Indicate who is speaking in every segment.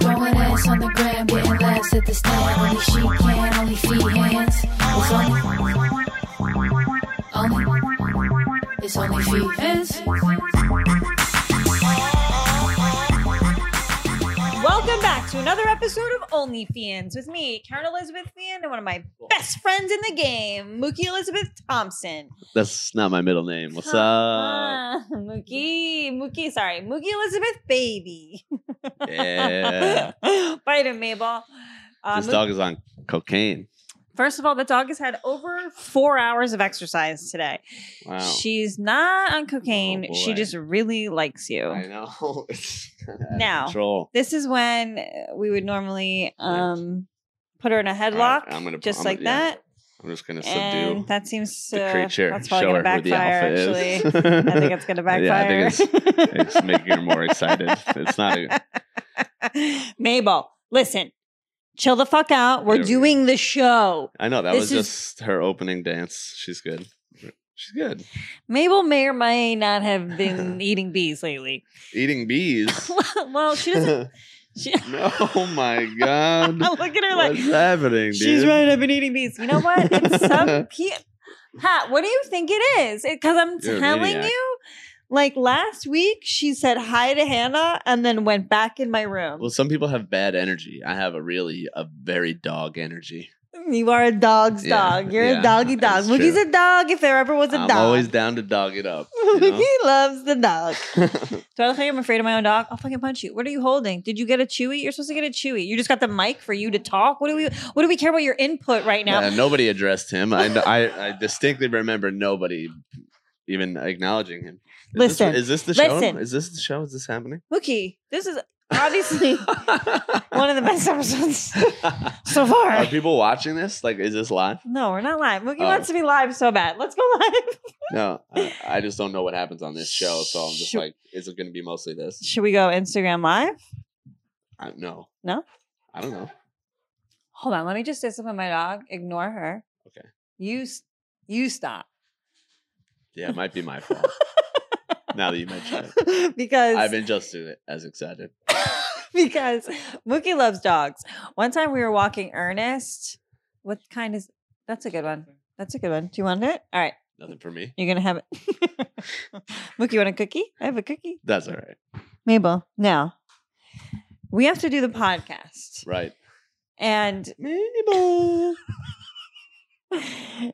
Speaker 1: It's on the gram, getting laughs at this time. Only she can, only feet, hands. It's only, only, it's only feet, hands.
Speaker 2: Welcome back to another episode of Only Fians with me, Karen Elizabeth Fian, and one of my best friends in the game, Mookie Elizabeth Thompson.
Speaker 3: That's not my middle name. What's up?
Speaker 2: Ah, Mookie, Mookie, sorry, Mookie Elizabeth Baby.
Speaker 3: Yeah.
Speaker 2: Bite him, Mabel. Uh,
Speaker 3: This
Speaker 2: Mookie-
Speaker 3: dog is on cocaine.
Speaker 2: First of all, the dog has had over four hours of exercise today.
Speaker 3: Wow.
Speaker 2: She's not on cocaine.
Speaker 3: Oh,
Speaker 2: she
Speaker 3: boy.
Speaker 2: just really likes you.
Speaker 3: I know. It's out of
Speaker 2: Now,
Speaker 3: Control.
Speaker 2: This is when uh, we would normally um, put her in a
Speaker 3: All right,
Speaker 2: headlock,
Speaker 3: I'm gonna
Speaker 2: just
Speaker 3: I'm
Speaker 2: like
Speaker 3: gonna- yeah,
Speaker 2: that.
Speaker 3: I'm just gonna
Speaker 2: And
Speaker 3: subdue
Speaker 2: that seems
Speaker 3: the
Speaker 2: uh,
Speaker 3: creature.
Speaker 2: That's probably
Speaker 3: show
Speaker 2: gonna
Speaker 3: her where the
Speaker 2: backfire.
Speaker 3: alpha
Speaker 2: Actually,
Speaker 3: is.
Speaker 2: I think it's gonna backfire.
Speaker 3: Yeah, I think it's, it's making her more excited. It's not. e A,
Speaker 2: Mabel, listen, chill the fuck out. We're
Speaker 3: There we go.
Speaker 2: doing the show.
Speaker 3: I know that
Speaker 2: This
Speaker 3: was
Speaker 2: is-
Speaker 3: just her opening dance. She's good. She's good.
Speaker 2: Mabel may or may not have been eating bees lately.
Speaker 3: Eating bees.
Speaker 2: well, she doesn't. She,
Speaker 3: no, my god.
Speaker 2: I look at her like
Speaker 3: What's happening, dude?
Speaker 2: she's right. I've been eating bees. You know what? It's some. He, ha, what do you think it is? Because I'm
Speaker 3: You're an
Speaker 2: telling
Speaker 3: maniac.
Speaker 2: you. Like last week, she said hi to Hannah and then went back in my room.
Speaker 3: Well, some people have bad energy. I have a really a very dog energy.
Speaker 2: You are a dog's
Speaker 3: Yeah,
Speaker 2: dog. You're a
Speaker 3: yeah,
Speaker 2: doggy dog.
Speaker 3: that's
Speaker 2: Mookie's
Speaker 3: true.
Speaker 2: a dog if there ever was a
Speaker 3: I'm
Speaker 2: dog.
Speaker 3: always down to dog it up. you know?
Speaker 2: Mookie loves the dog. Do I look like I'm afraid of my own dog? I'll fucking punch you. What are you holding? Did you get a chewy? You're supposed to get a chewy. You just got the mic for you to talk. What do we what do we care about your input right now?
Speaker 3: Yeah, nobody addressed him. I, I, I distinctly remember nobody even acknowledging him. Is
Speaker 2: Listen,
Speaker 3: this, is this the
Speaker 2: listen.
Speaker 3: show? Is this the show? Is this happening?
Speaker 2: Mookie, this is obviously one of the best episodes so
Speaker 3: Are
Speaker 2: far.
Speaker 3: people watching this? Like, is this live?
Speaker 2: No, we're not live. Mookie
Speaker 3: Oh.
Speaker 2: wants to be live so bad. Let's go live.
Speaker 3: No, I, I just don't know what happens on this show, so I'm just
Speaker 2: Shoot.
Speaker 3: like, is it going to be mostly this?
Speaker 2: Should we go Instagram live?
Speaker 3: I, no,
Speaker 2: No?
Speaker 3: I don't know.
Speaker 2: Hold on, let me just discipline my dog. Ignore her.
Speaker 3: Okay.
Speaker 2: You s- you stop.
Speaker 3: Yeah, it might be my fault. now that you mention it,
Speaker 2: because
Speaker 3: I've been just as excited.
Speaker 2: because Mookie loves dogs. One time we were walking Ernest. What kind is that's a good one. That's a good one. Do you want it? All right.
Speaker 3: Nothing for me.
Speaker 2: You're gonna have it. Mookie, you want a cookie? I have a cookie.
Speaker 3: That's all right.
Speaker 2: Mabel, now. We have to do the podcast.
Speaker 3: Right.
Speaker 2: And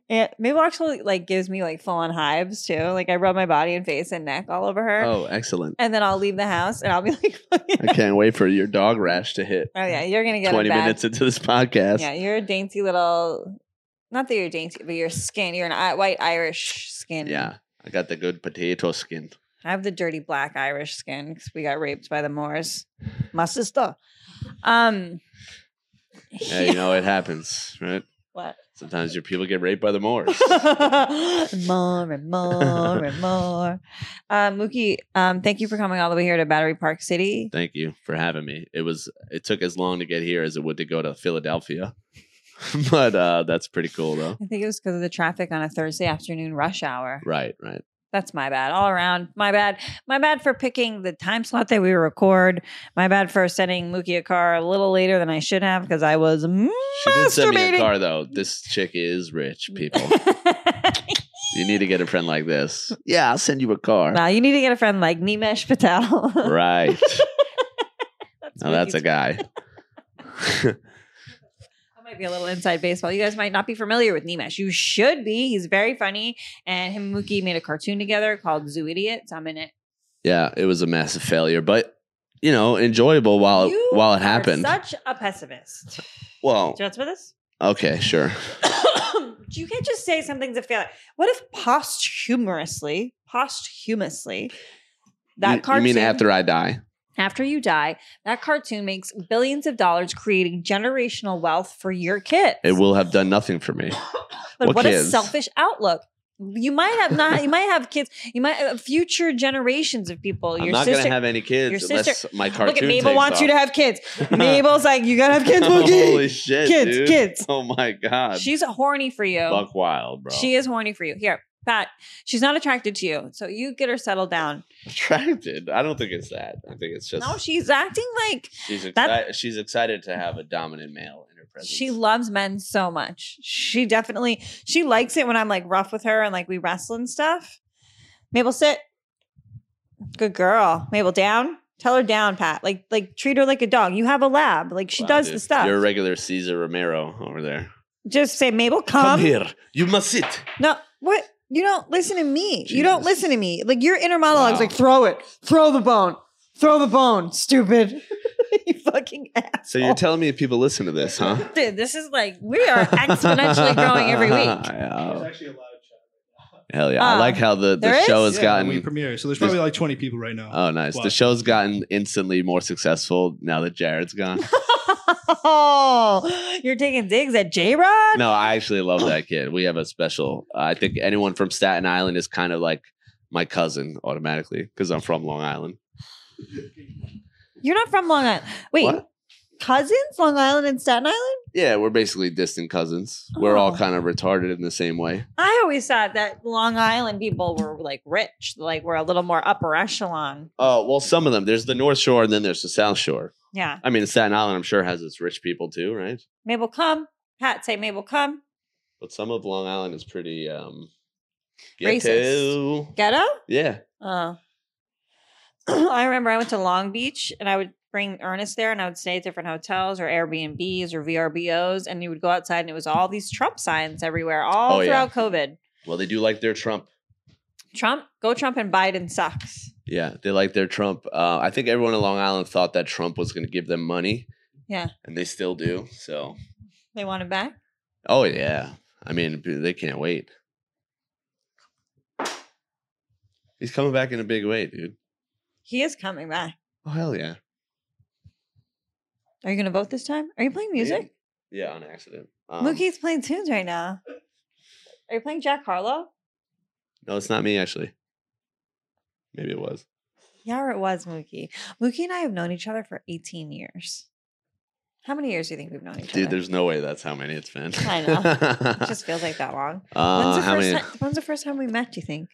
Speaker 2: and Mabel actually like gives me like full on hives too. Like I rub my body and face and neck all over her.
Speaker 3: Oh, excellent.
Speaker 2: And then I'll leave the house and I'll be like,
Speaker 3: I can't wait for your dog rash to hit.
Speaker 2: Oh yeah, you're gonna get a
Speaker 3: 20
Speaker 2: bad
Speaker 3: minutes into this podcast.
Speaker 2: Yeah, you're a dainty little. Not that you're dainty, but your skin. You're an I- white Irish skin.
Speaker 3: Yeah, I got the good potato skin.
Speaker 2: I have the dirty black Irish skin because we got raped by the Moors. My sister. Um.
Speaker 3: Yeah, you know, it happens, right?
Speaker 2: What?
Speaker 3: Sometimes your people get raped by the Moors.
Speaker 2: more and more and more. Uh, Mookie, um, thank you for coming all the way here to Battery Park City.
Speaker 3: Thank you for having me. It was it took as long to get here as it would to go to Philadelphia. but uh that's pretty cool though.
Speaker 2: I think it was because of the traffic on a Thursday afternoon rush hour.
Speaker 3: Right, right.
Speaker 2: That's my bad. All around, my bad. My bad for picking the time slot that we record. My bad for sending Mookie a car a little later than I should have because I was
Speaker 3: She did send me
Speaker 2: Masturbating.
Speaker 3: a car though. This chick is rich, people.
Speaker 2: masturbating.
Speaker 3: you need to get a friend like this. Yeah, I'll send you a car.
Speaker 2: now you need to get a friend like Nimesh Patel.
Speaker 3: Right.
Speaker 2: that's
Speaker 3: now that's a
Speaker 2: Mookie's-
Speaker 3: guy.
Speaker 2: that might be a little inside baseball. You guys might not be familiar with Nimesh. You should be. He's very funny, and him and Mookie made a cartoon together called Zoo Idiots. I'm in it.
Speaker 3: yeah, it was a massive failure, but you know, enjoyable while
Speaker 2: You
Speaker 3: while it
Speaker 2: are
Speaker 3: happened. Oh.
Speaker 2: such a pessimist.
Speaker 3: well,
Speaker 2: Do you want some of this?
Speaker 3: okay, sure.
Speaker 2: you can't just say something's a failure. What if posthumously, posthumously, that
Speaker 3: you,
Speaker 2: cartoon
Speaker 3: You mean after I die?
Speaker 2: after you die, that cartoon makes billions of dollars, creating generational wealth for your kids.
Speaker 3: It will have done nothing for me.
Speaker 2: but
Speaker 3: what
Speaker 2: what a
Speaker 3: kids?
Speaker 2: selfish outlook. You might have not. You might have kids. You might have future generations of people.
Speaker 3: I'm
Speaker 2: your
Speaker 3: not
Speaker 2: sister.
Speaker 3: gonna have any kids
Speaker 2: your sister-
Speaker 3: unless my cartoon.
Speaker 2: Look at Mabel
Speaker 3: takes
Speaker 2: wants you to
Speaker 3: off.
Speaker 2: have kids. Mabel's like, you gotta have kids, Mookie.
Speaker 3: Holy shit,
Speaker 2: kids,
Speaker 3: dude.
Speaker 2: kids.
Speaker 3: Oh my god,
Speaker 2: She's horny for you.
Speaker 3: buck wild, bro.
Speaker 2: She is horny for you. Here, Pat, she's not attracted to you, so you get her settled down.
Speaker 3: Attracted. I don't think it's that. I think it's just
Speaker 2: No, she's acting like
Speaker 3: she's
Speaker 2: that-
Speaker 3: excited. She's excited to have a dominant male in her presence.
Speaker 2: she loves men so much. She definitely she likes it when I'm like rough with her and like we wrestle and stuff. Mabel, sit. Good girl. Mabel, down. Tell her down, Pat. Like like treat her like a dog. You have a lab. Like she
Speaker 3: Wow,
Speaker 2: does the
Speaker 3: dude.
Speaker 2: stuff.
Speaker 3: You're a regular Caesar Romero over there.
Speaker 2: Just say, Mabel,
Speaker 3: Come
Speaker 2: come.
Speaker 3: here. You must sit.
Speaker 2: No, what? You don't listen to me. You don't
Speaker 3: Jesus.
Speaker 2: listen to me. Like your inner monologue's
Speaker 3: Wow.
Speaker 2: like, throw it, throw the bone, throw the bone, stupid. you fucking ass.
Speaker 3: So you're telling me people listen to this, huh?
Speaker 2: Dude, this is like we are exponentially growing every week.
Speaker 4: There's
Speaker 3: Yeah.
Speaker 4: actually a live chat.
Speaker 3: Hell yeah! I
Speaker 2: Ah.
Speaker 3: like how the,
Speaker 2: There
Speaker 3: the
Speaker 2: is?
Speaker 3: show has gotten.
Speaker 4: we premiere, so there's probably like 20 people right now.
Speaker 3: oh, nice. The
Speaker 4: What?
Speaker 3: show's gotten instantly more successful now that Jared's gone.
Speaker 2: Oh, you're taking digs at J Rod.
Speaker 3: no, I actually love that kid. We have a special. I think anyone from Staten Island is kind of like my cousin automatically because I'm from Long Island.
Speaker 2: You're not from Long Island. Wait,
Speaker 3: What?
Speaker 2: cousins, Long Island and Staten Island.
Speaker 3: Yeah, we're basically distant cousins. We're all
Speaker 2: Oh.
Speaker 3: kind of retarded in the same way.
Speaker 2: I always thought that Long Island people were like rich, like we're a little more upper echelon.
Speaker 3: Oh, well, some of them. There's the North Shore and then there's the South Shore.
Speaker 2: Yeah,
Speaker 3: I mean, Staten Island, I'm sure, has its rich people too, right?
Speaker 2: Mabel, come. Pat, say Mabel, come.
Speaker 3: But some of Long Island is pretty um
Speaker 2: Racist.
Speaker 3: ghetto.
Speaker 2: Ghetto.
Speaker 3: Yeah.
Speaker 2: Oh. I remember I went to Long Beach and I would bring Ernest there and I would stay at different hotels or Airbnbs or VRBOs and you would go outside and it was all these Trump signs everywhere all
Speaker 3: Oh, yeah.
Speaker 2: throughout COVID.
Speaker 3: Well, they do like their Trump.
Speaker 2: Trump, go Trump and Biden sucks.
Speaker 3: Yeah, they like their Trump. Uh, I think everyone in Long Island thought that Trump was going to give them money.
Speaker 2: Yeah.
Speaker 3: And they still do. So,
Speaker 2: They want him back.
Speaker 3: oh, yeah. I mean, they can't wait. He's coming back in a big way, dude.
Speaker 2: He is coming back.
Speaker 3: Oh, hell yeah.
Speaker 2: Are you going to vote this time? Are you playing music?
Speaker 3: Yeah, on accident. Um,
Speaker 2: Mookie's playing tunes right now. Are you playing Jack Harlow?
Speaker 3: No, it's not me, actually. Maybe it was.
Speaker 2: Yeah, or it was Mookie. Mookie and I have known each other for 18 years. How many years do you think we've known each
Speaker 3: Dude,
Speaker 2: other?
Speaker 3: there's no way that's how many it's been.
Speaker 2: I know. It just feels like that long.
Speaker 3: uh,
Speaker 2: When's the,
Speaker 3: how
Speaker 2: first
Speaker 3: many?
Speaker 2: time, when's the first time we met, do you think?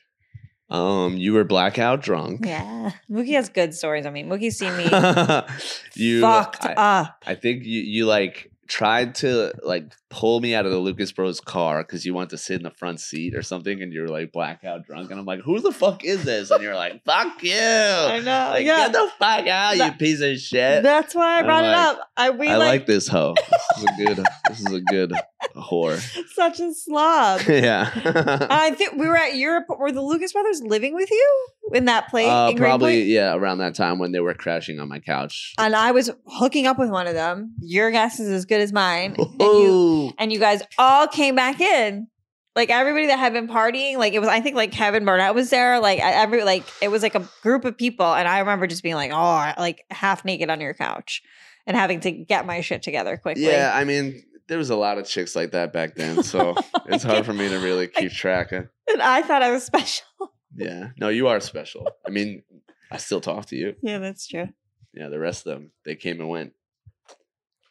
Speaker 3: Um, you were blackout drunk.
Speaker 2: Yeah. Mookie has good stories on me. Mookie's seen me
Speaker 3: you
Speaker 2: fucked
Speaker 3: I,
Speaker 2: up.
Speaker 3: I think you you like tried to like pull me out of the Lucas Bros car because you want to sit in the front seat or something, and you're like blackout drunk, and I'm like, who the fuck is this? And you're like, fuck you. I
Speaker 2: know,
Speaker 3: Like,
Speaker 2: yeah.
Speaker 3: Get the fuck
Speaker 2: That-
Speaker 3: out, you piece of shit.
Speaker 2: That's why I
Speaker 3: I'm
Speaker 2: brought it
Speaker 3: like-
Speaker 2: up. I we
Speaker 3: I like,
Speaker 2: like,
Speaker 3: this hoe. This is a good. this is a good whore.
Speaker 2: such a slob.
Speaker 3: yeah.
Speaker 2: I think we were at Europe. Were the Lucas brothers living with you in that place?
Speaker 3: Uh,
Speaker 2: in Green
Speaker 3: probably
Speaker 2: Point?
Speaker 3: yeah. Around that time when they were crashing on my couch.
Speaker 2: And I was hooking up with one of them. Your guess is as good as mine. Um, And you,
Speaker 3: Oh,
Speaker 2: and you guys all came back in. Like everybody that had been partying, like it was, I think like Kevin Barnett was there. Like I- every, like it was like a group of people. And I remember just being like, oh, I- like half naked on your couch and having to get my shit together quickly.
Speaker 3: yeah. I mean, there was a lot of chicks like that back then, so it's hard for me to really keep track of.
Speaker 2: And I thought I was special.
Speaker 3: Yeah. No, you are special. I mean, I still talk to you.
Speaker 2: Yeah, that's true.
Speaker 3: Yeah, the rest of them, they came and went.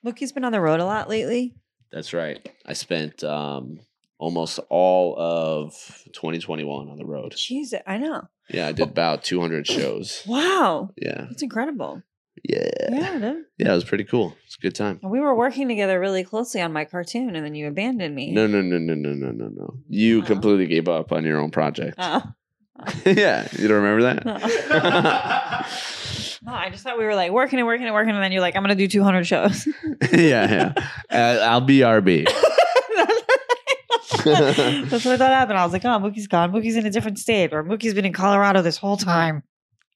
Speaker 2: Mookie's been on the road a lot lately.
Speaker 3: That's right. I spent um almost all of 2021 on the road.
Speaker 2: Jesus, I know.
Speaker 3: Yeah, I did about 200 shows.
Speaker 2: Wow.
Speaker 3: Yeah.
Speaker 2: That's incredible.
Speaker 3: Yeah. Yeah,
Speaker 2: Yeah, dude.
Speaker 3: it was pretty cool. It's a good time.
Speaker 2: And we were working together really closely on my cartoon and then you abandoned me.
Speaker 3: No, no, no, no, no, no, no, no. You
Speaker 2: Oh.
Speaker 3: completely gave up on your own project.
Speaker 2: Oh.
Speaker 3: yeah. You don't remember that?
Speaker 2: No, I just thought we were like working and working and working, and then you're like, I'm gonna do 200 shows.
Speaker 3: yeah, yeah. Uh, I'll be RB.
Speaker 2: That's what I thought happened. I was like, oh, Mookie's gone. Mookie's in a different state, or Mookie's been in Colorado this whole time.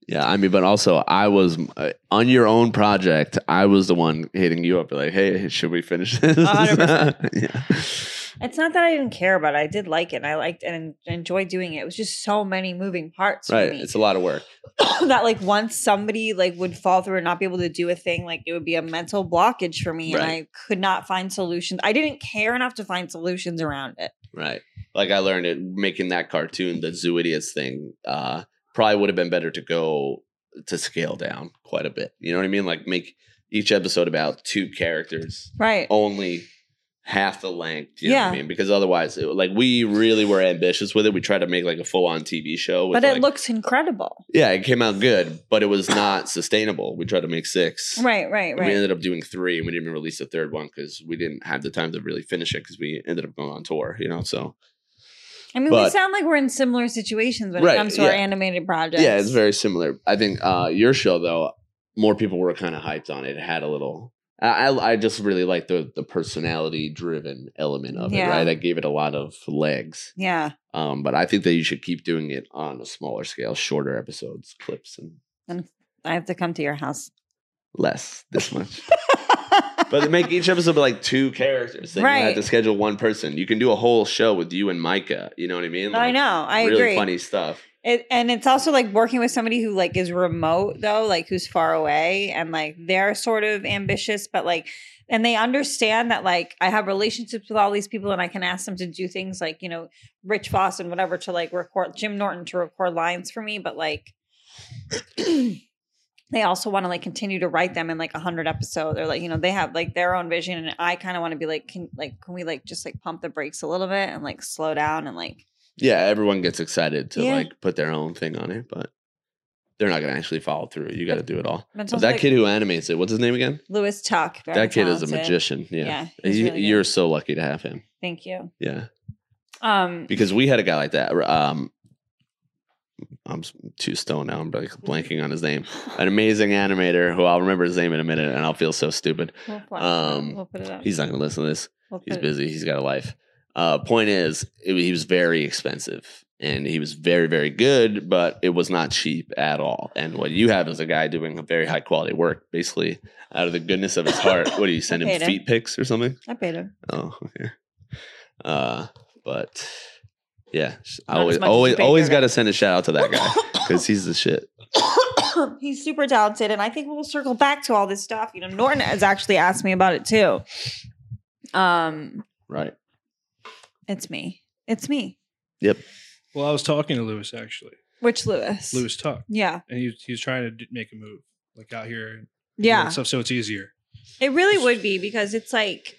Speaker 3: Yeah, I mean, but also I was uh, on your own project. I was the one hitting you up, like, "Hey, should we finish this?"
Speaker 2: 100%.
Speaker 3: yeah.
Speaker 2: It's not that I didn't care about it. I did like it. and I liked and enjoyed doing it. It was just so many moving parts for
Speaker 3: Right.
Speaker 2: me.
Speaker 3: It's a lot of work.
Speaker 2: that like once somebody like would fall through and not be able to do a thing, like it would be a mental blockage for me, and
Speaker 3: Right.
Speaker 2: I could not find solutions. I didn't care enough to find solutions around it.
Speaker 3: Right. Like I learned it making that cartoon, the Zoo Idiots thing. Uh, probably would have been better to go to scale down quite a bit. You know what I mean? Like make each episode about two characters
Speaker 2: Right.
Speaker 3: only half the length. You know what
Speaker 2: Yeah.
Speaker 3: I mean? Because otherwise, it, like we really were ambitious with it. We tried to make like a full on TV show. With,
Speaker 2: But it
Speaker 3: like-
Speaker 2: looks incredible.
Speaker 3: yeah, it came out good, but it was not sustainable. We tried to make six.
Speaker 2: Right, right,
Speaker 3: We
Speaker 2: right.
Speaker 3: ended up doing three, and we didn't even release the third one because we didn't have the time to really finish it because we ended up going on tour. You know, so
Speaker 2: I mean, we
Speaker 3: but-
Speaker 2: sound like we're in similar situations when it
Speaker 3: Right,
Speaker 2: comes to our
Speaker 3: yeah.
Speaker 2: animated projects.
Speaker 3: Yeah, it's very similar. I think uh, your show though, more people were kind of hyped on it. It had a little. I I I just really like the the personality driven element of
Speaker 2: Yeah.
Speaker 3: it. Right, I gave it a lot of legs.
Speaker 2: Yeah,
Speaker 3: Um, but I think that you should keep doing it on a smaller scale, shorter episodes, clips, and
Speaker 2: I have to come to your house.
Speaker 3: less this much. but to make each episode be like two characters. Then you
Speaker 2: Right.
Speaker 3: have to schedule one person. You can do a whole show with you and Micah. You know what I mean?
Speaker 2: I
Speaker 3: Like,
Speaker 2: know. I
Speaker 3: really
Speaker 2: agree.
Speaker 3: funny stuff.
Speaker 2: It, and it's also like working with somebody who like is remote though, like who's far away and like they're sort of ambitious, but like and they understand that like I have relationships with all these people and I can ask them to do things like, you know, Rich Foss and whatever to like record Jim Norton to record lines for me, but like they also want to like continue to write them in like a hundred episodes. They're like, you know, they have like their own vision and I kind of want to be like, can like can we like just like pump the brakes a little bit and like slow down and like
Speaker 3: yeah, everyone gets excited to
Speaker 2: Yeah.
Speaker 3: like put their own thing on it, but they're not gonna actually follow through. You got to do it all.
Speaker 2: But it
Speaker 3: But
Speaker 2: sounds
Speaker 3: that
Speaker 2: like-
Speaker 3: kid who animates it, what's his name again?
Speaker 2: Lewis Tuck. very
Speaker 3: that kid is a
Speaker 2: talented.
Speaker 3: magician. Yeah,
Speaker 2: he's
Speaker 3: You-
Speaker 2: really good.
Speaker 3: you're so lucky to have him.
Speaker 2: Thank you.
Speaker 3: Yeah,
Speaker 2: Um,
Speaker 3: because we had a guy like that. Um, I'm s- too stoned now. I'm like blanking on his name. An amazing animator who I'll remember his name in a minute, and I'll feel so stupid.
Speaker 2: we'll, put-
Speaker 3: um,
Speaker 2: we'll put it up.
Speaker 3: He's not gonna listen to this.
Speaker 2: We'll put
Speaker 3: He's
Speaker 2: it-
Speaker 3: busy. He's got a life. Uh, point is, it, he was very expensive, and he was very, very good, but it was not cheap at all. And what you have is a guy doing a very high quality work, basically out of the goodness of his heart. What do you send
Speaker 2: I paid
Speaker 3: him
Speaker 2: him.
Speaker 3: feet pics or something?
Speaker 2: I paid him.
Speaker 3: Oh, okay. Uh, but yeah, I
Speaker 2: Not as
Speaker 3: always,
Speaker 2: much as you
Speaker 3: always,
Speaker 2: paid
Speaker 3: always
Speaker 2: for
Speaker 3: got to send a shout out to that guy because he's the shit.
Speaker 2: He's super talented, and I think we'll circle back to all this stuff. You know, Norton has actually asked me about it too. Um,
Speaker 3: Right.
Speaker 2: it's me. It's me.
Speaker 4: Well, I was talking to Lewis actually,
Speaker 2: Which Lewis?
Speaker 4: Lewis Tuck,
Speaker 2: Yeah.
Speaker 4: and he was- he was trying to d- make a move like out here and all that
Speaker 2: Yeah.
Speaker 4: stuff, so it's easier.
Speaker 2: It really would be because it's like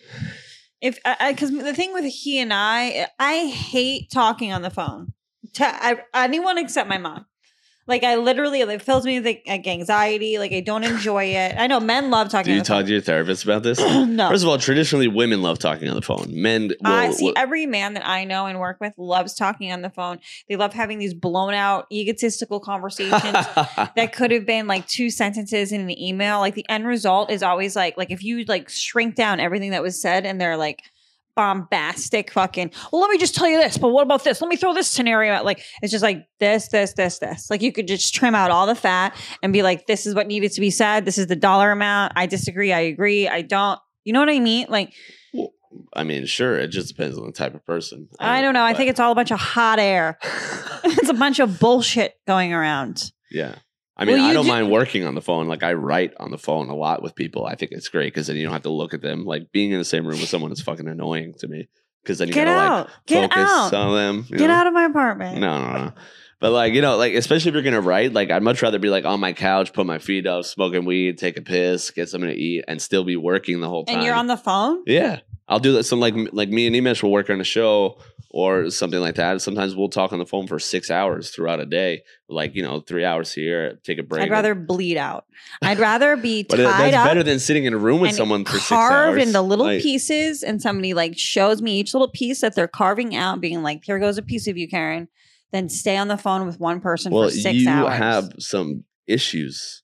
Speaker 2: if because the thing with he and I, I hate talking on the phone to I, anyone except my mom. Like I literally, it fills me with like, anxiety. Like I don't enjoy it. I know men love
Speaker 3: Do
Speaker 2: talking.
Speaker 3: you
Speaker 2: on the
Speaker 3: talk to your therapist about this?
Speaker 2: phone. no,
Speaker 3: First of all, traditionally women love talking on the phone. Men, will,
Speaker 2: I see
Speaker 3: will-
Speaker 2: every man that I know and work with loves talking on the phone. They love having these blown out, egotistical conversations. that could have been like two sentences in an email like the end result is always like like if you like shrink down everything that was said and they're like bombastic fucking well let me just tell you this but what about this let me throw this scenario out like it's just like this this this this like you could just trim out all the fat and be like this is what needed to be said this is the dollar amount i disagree i agree i don't you know what i mean like
Speaker 3: I mean, sure, it just depends on the type of person.
Speaker 2: i don't know i think it's all a bunch of hot air it's a bunch of bullshit going around
Speaker 3: yeah. I mean,
Speaker 2: Well,
Speaker 3: I
Speaker 2: you
Speaker 3: don't
Speaker 2: do-
Speaker 3: mind working on the phone. Like I write on the phone a lot with people. I think it's great because then you don't have to look at them. Like being in the same room with someone is fucking annoying to me because then you
Speaker 2: get
Speaker 3: gotta
Speaker 2: out
Speaker 3: like
Speaker 2: get
Speaker 3: focus
Speaker 2: out
Speaker 3: on them. you
Speaker 2: get
Speaker 3: know?
Speaker 2: out of my apartment
Speaker 3: No, no, no. But like you know, like especially if you're gonna write, like I'd much rather be like on my couch, put my feet up, smoking weed, take a piss, get something to eat, and still be working the whole time.
Speaker 2: And you're on the phone?
Speaker 3: Yeah, I'll do that. Some like like me and Nimesh will work on a show or something like that. Sometimes we'll talk on the phone for six hours throughout a day, like you know, three hours here, take a break.
Speaker 2: I'd rather bleed out. I'd rather be
Speaker 3: but
Speaker 2: tied
Speaker 3: it- that's
Speaker 2: up
Speaker 3: better than sitting in a room with
Speaker 2: and
Speaker 3: someone for six hours.
Speaker 2: carved into little
Speaker 3: Like,
Speaker 2: pieces, and somebody like shows me each little piece that they're carving out, being like, "Here goes a piece of you, Karen." Then stay on the phone with one person
Speaker 3: Well,
Speaker 2: for six
Speaker 3: you
Speaker 2: hours.
Speaker 3: have some issues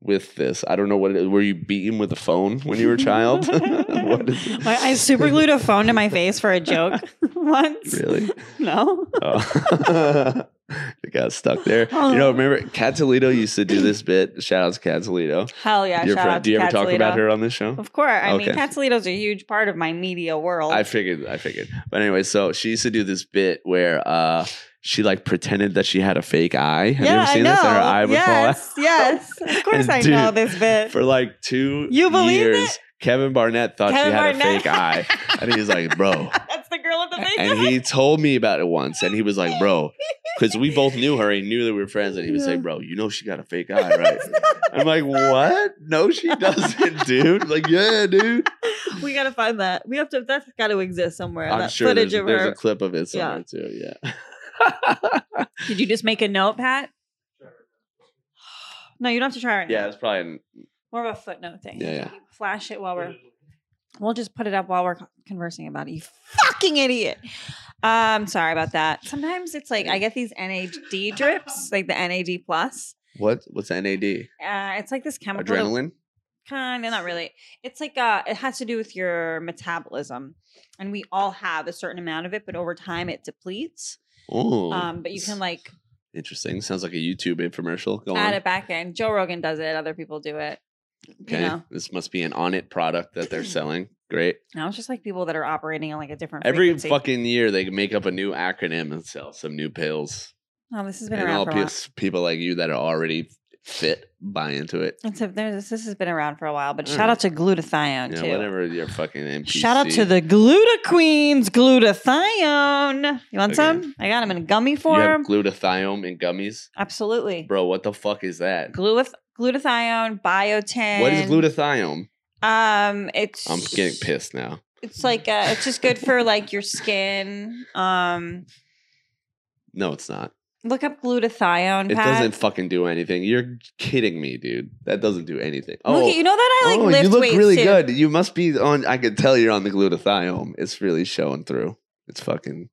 Speaker 3: with this. I don't know what it is. Were you beaten with a phone when you were a child? What is it?
Speaker 2: I, I super glued a phone to my face for a joke once.
Speaker 3: Really?
Speaker 2: No.
Speaker 3: Oh. it got stuck there.
Speaker 2: Oh.
Speaker 3: You know, remember Kat Toledo used to do this bit. Shout out to Kat Toledo.
Speaker 2: Hell yeah!
Speaker 3: Your
Speaker 2: shout
Speaker 3: friend-
Speaker 2: out
Speaker 3: do you
Speaker 2: to
Speaker 3: ever
Speaker 2: Kat
Speaker 3: talk about
Speaker 2: Salido.
Speaker 3: her on this show?
Speaker 2: Of course. I mean,
Speaker 3: Okay.
Speaker 2: Catalito's a huge part of my media world.
Speaker 3: I figured, I figured. But anyway, so she used to do this bit where uh, she like pretended that she had a fake eye. Have you ever seen this? And her eye would
Speaker 2: yes, yes. Of course,
Speaker 3: And
Speaker 2: I know
Speaker 3: dude,
Speaker 2: this
Speaker 3: fall out.
Speaker 2: bit.
Speaker 3: For like two
Speaker 2: You believe
Speaker 3: years, Kevin Barnett thought
Speaker 2: Kevin
Speaker 3: she had a
Speaker 2: Barnett.
Speaker 3: fake eye. And he's like, bro.
Speaker 2: That's the girl at the face.
Speaker 3: And he told me about it once. And he was like, bro, because we both knew her. He knew that we were friends. And he would say,
Speaker 2: Yeah.
Speaker 3: bro, you know she got a fake eye, right? I'm like, what? No, she doesn't, dude. Like, yeah, dude.
Speaker 5: we gotta find that. We have to. That's got to exist somewhere.
Speaker 3: I'm
Speaker 5: that
Speaker 3: sure
Speaker 5: footage
Speaker 3: there's,
Speaker 5: of
Speaker 3: there's
Speaker 5: her.
Speaker 3: a clip of it somewhere too. Yeah.
Speaker 2: Did you just make a note, Pat? No, you don't have to try right
Speaker 3: yeah,
Speaker 2: now.
Speaker 3: it's probably
Speaker 2: More of a footnote thing.
Speaker 3: Yeah, yeah.
Speaker 2: You Flash it while we're. We'll just put it up while we're conversing about it. You fucking idiot. Um, sorry about that. Sometimes it's like I get these NAD drips, like the NAD plus.
Speaker 3: what? What's NAD?
Speaker 2: Uh, it's like this chemical that-
Speaker 3: Adrenaline.
Speaker 2: kind of not really it's like uh it has to do with your metabolism and we all have a certain amount of it but over time it depletes
Speaker 3: Oh,
Speaker 2: um but you can like
Speaker 3: interesting. Sounds like a YouTube infomercial. Go
Speaker 2: add
Speaker 3: on.
Speaker 2: it back in joe rogan does it other people do it
Speaker 3: okay,
Speaker 2: you know
Speaker 3: this must be an on it product that they're selling. Great.
Speaker 2: now it's just like people that are operating on like a different
Speaker 3: Every
Speaker 2: frequency.
Speaker 3: fucking year they make up a new acronym and sell some new pills,
Speaker 2: oh this has been
Speaker 3: and all
Speaker 2: around for a while
Speaker 3: peo- people like you that are already fit buy into it.
Speaker 2: it's a, there's this, this has been around for a while but
Speaker 3: All
Speaker 2: shout
Speaker 3: right.
Speaker 2: out to glutathione
Speaker 3: Mm. Yeah,
Speaker 2: too
Speaker 3: whatever your fucking NPC.
Speaker 2: Shout out to the Gluta Queens, glutathione. You want
Speaker 3: Okay.
Speaker 2: some? I got them in a gummy
Speaker 3: you have
Speaker 2: form.
Speaker 3: glutathione and gummies,
Speaker 2: Absolutely.
Speaker 3: bro. What the fuck is that?
Speaker 2: Gluth- glutathione, biotin.
Speaker 3: What is glutathione?
Speaker 2: Um, it's
Speaker 3: I'm getting pissed now.
Speaker 2: It's like uh, it's just good for like your skin. Um,
Speaker 3: No, it's not.
Speaker 2: look up glutathione.
Speaker 3: It
Speaker 2: Pat.
Speaker 3: doesn't fucking do anything. You're kidding me, dude. That doesn't do anything. Oh,
Speaker 2: Look at- you know that I like
Speaker 3: oh,
Speaker 2: lift
Speaker 3: you look
Speaker 2: weights
Speaker 3: really
Speaker 2: too.
Speaker 3: good. You must be on. I could tell you're on the glutathione. It's really showing through. It's fucking.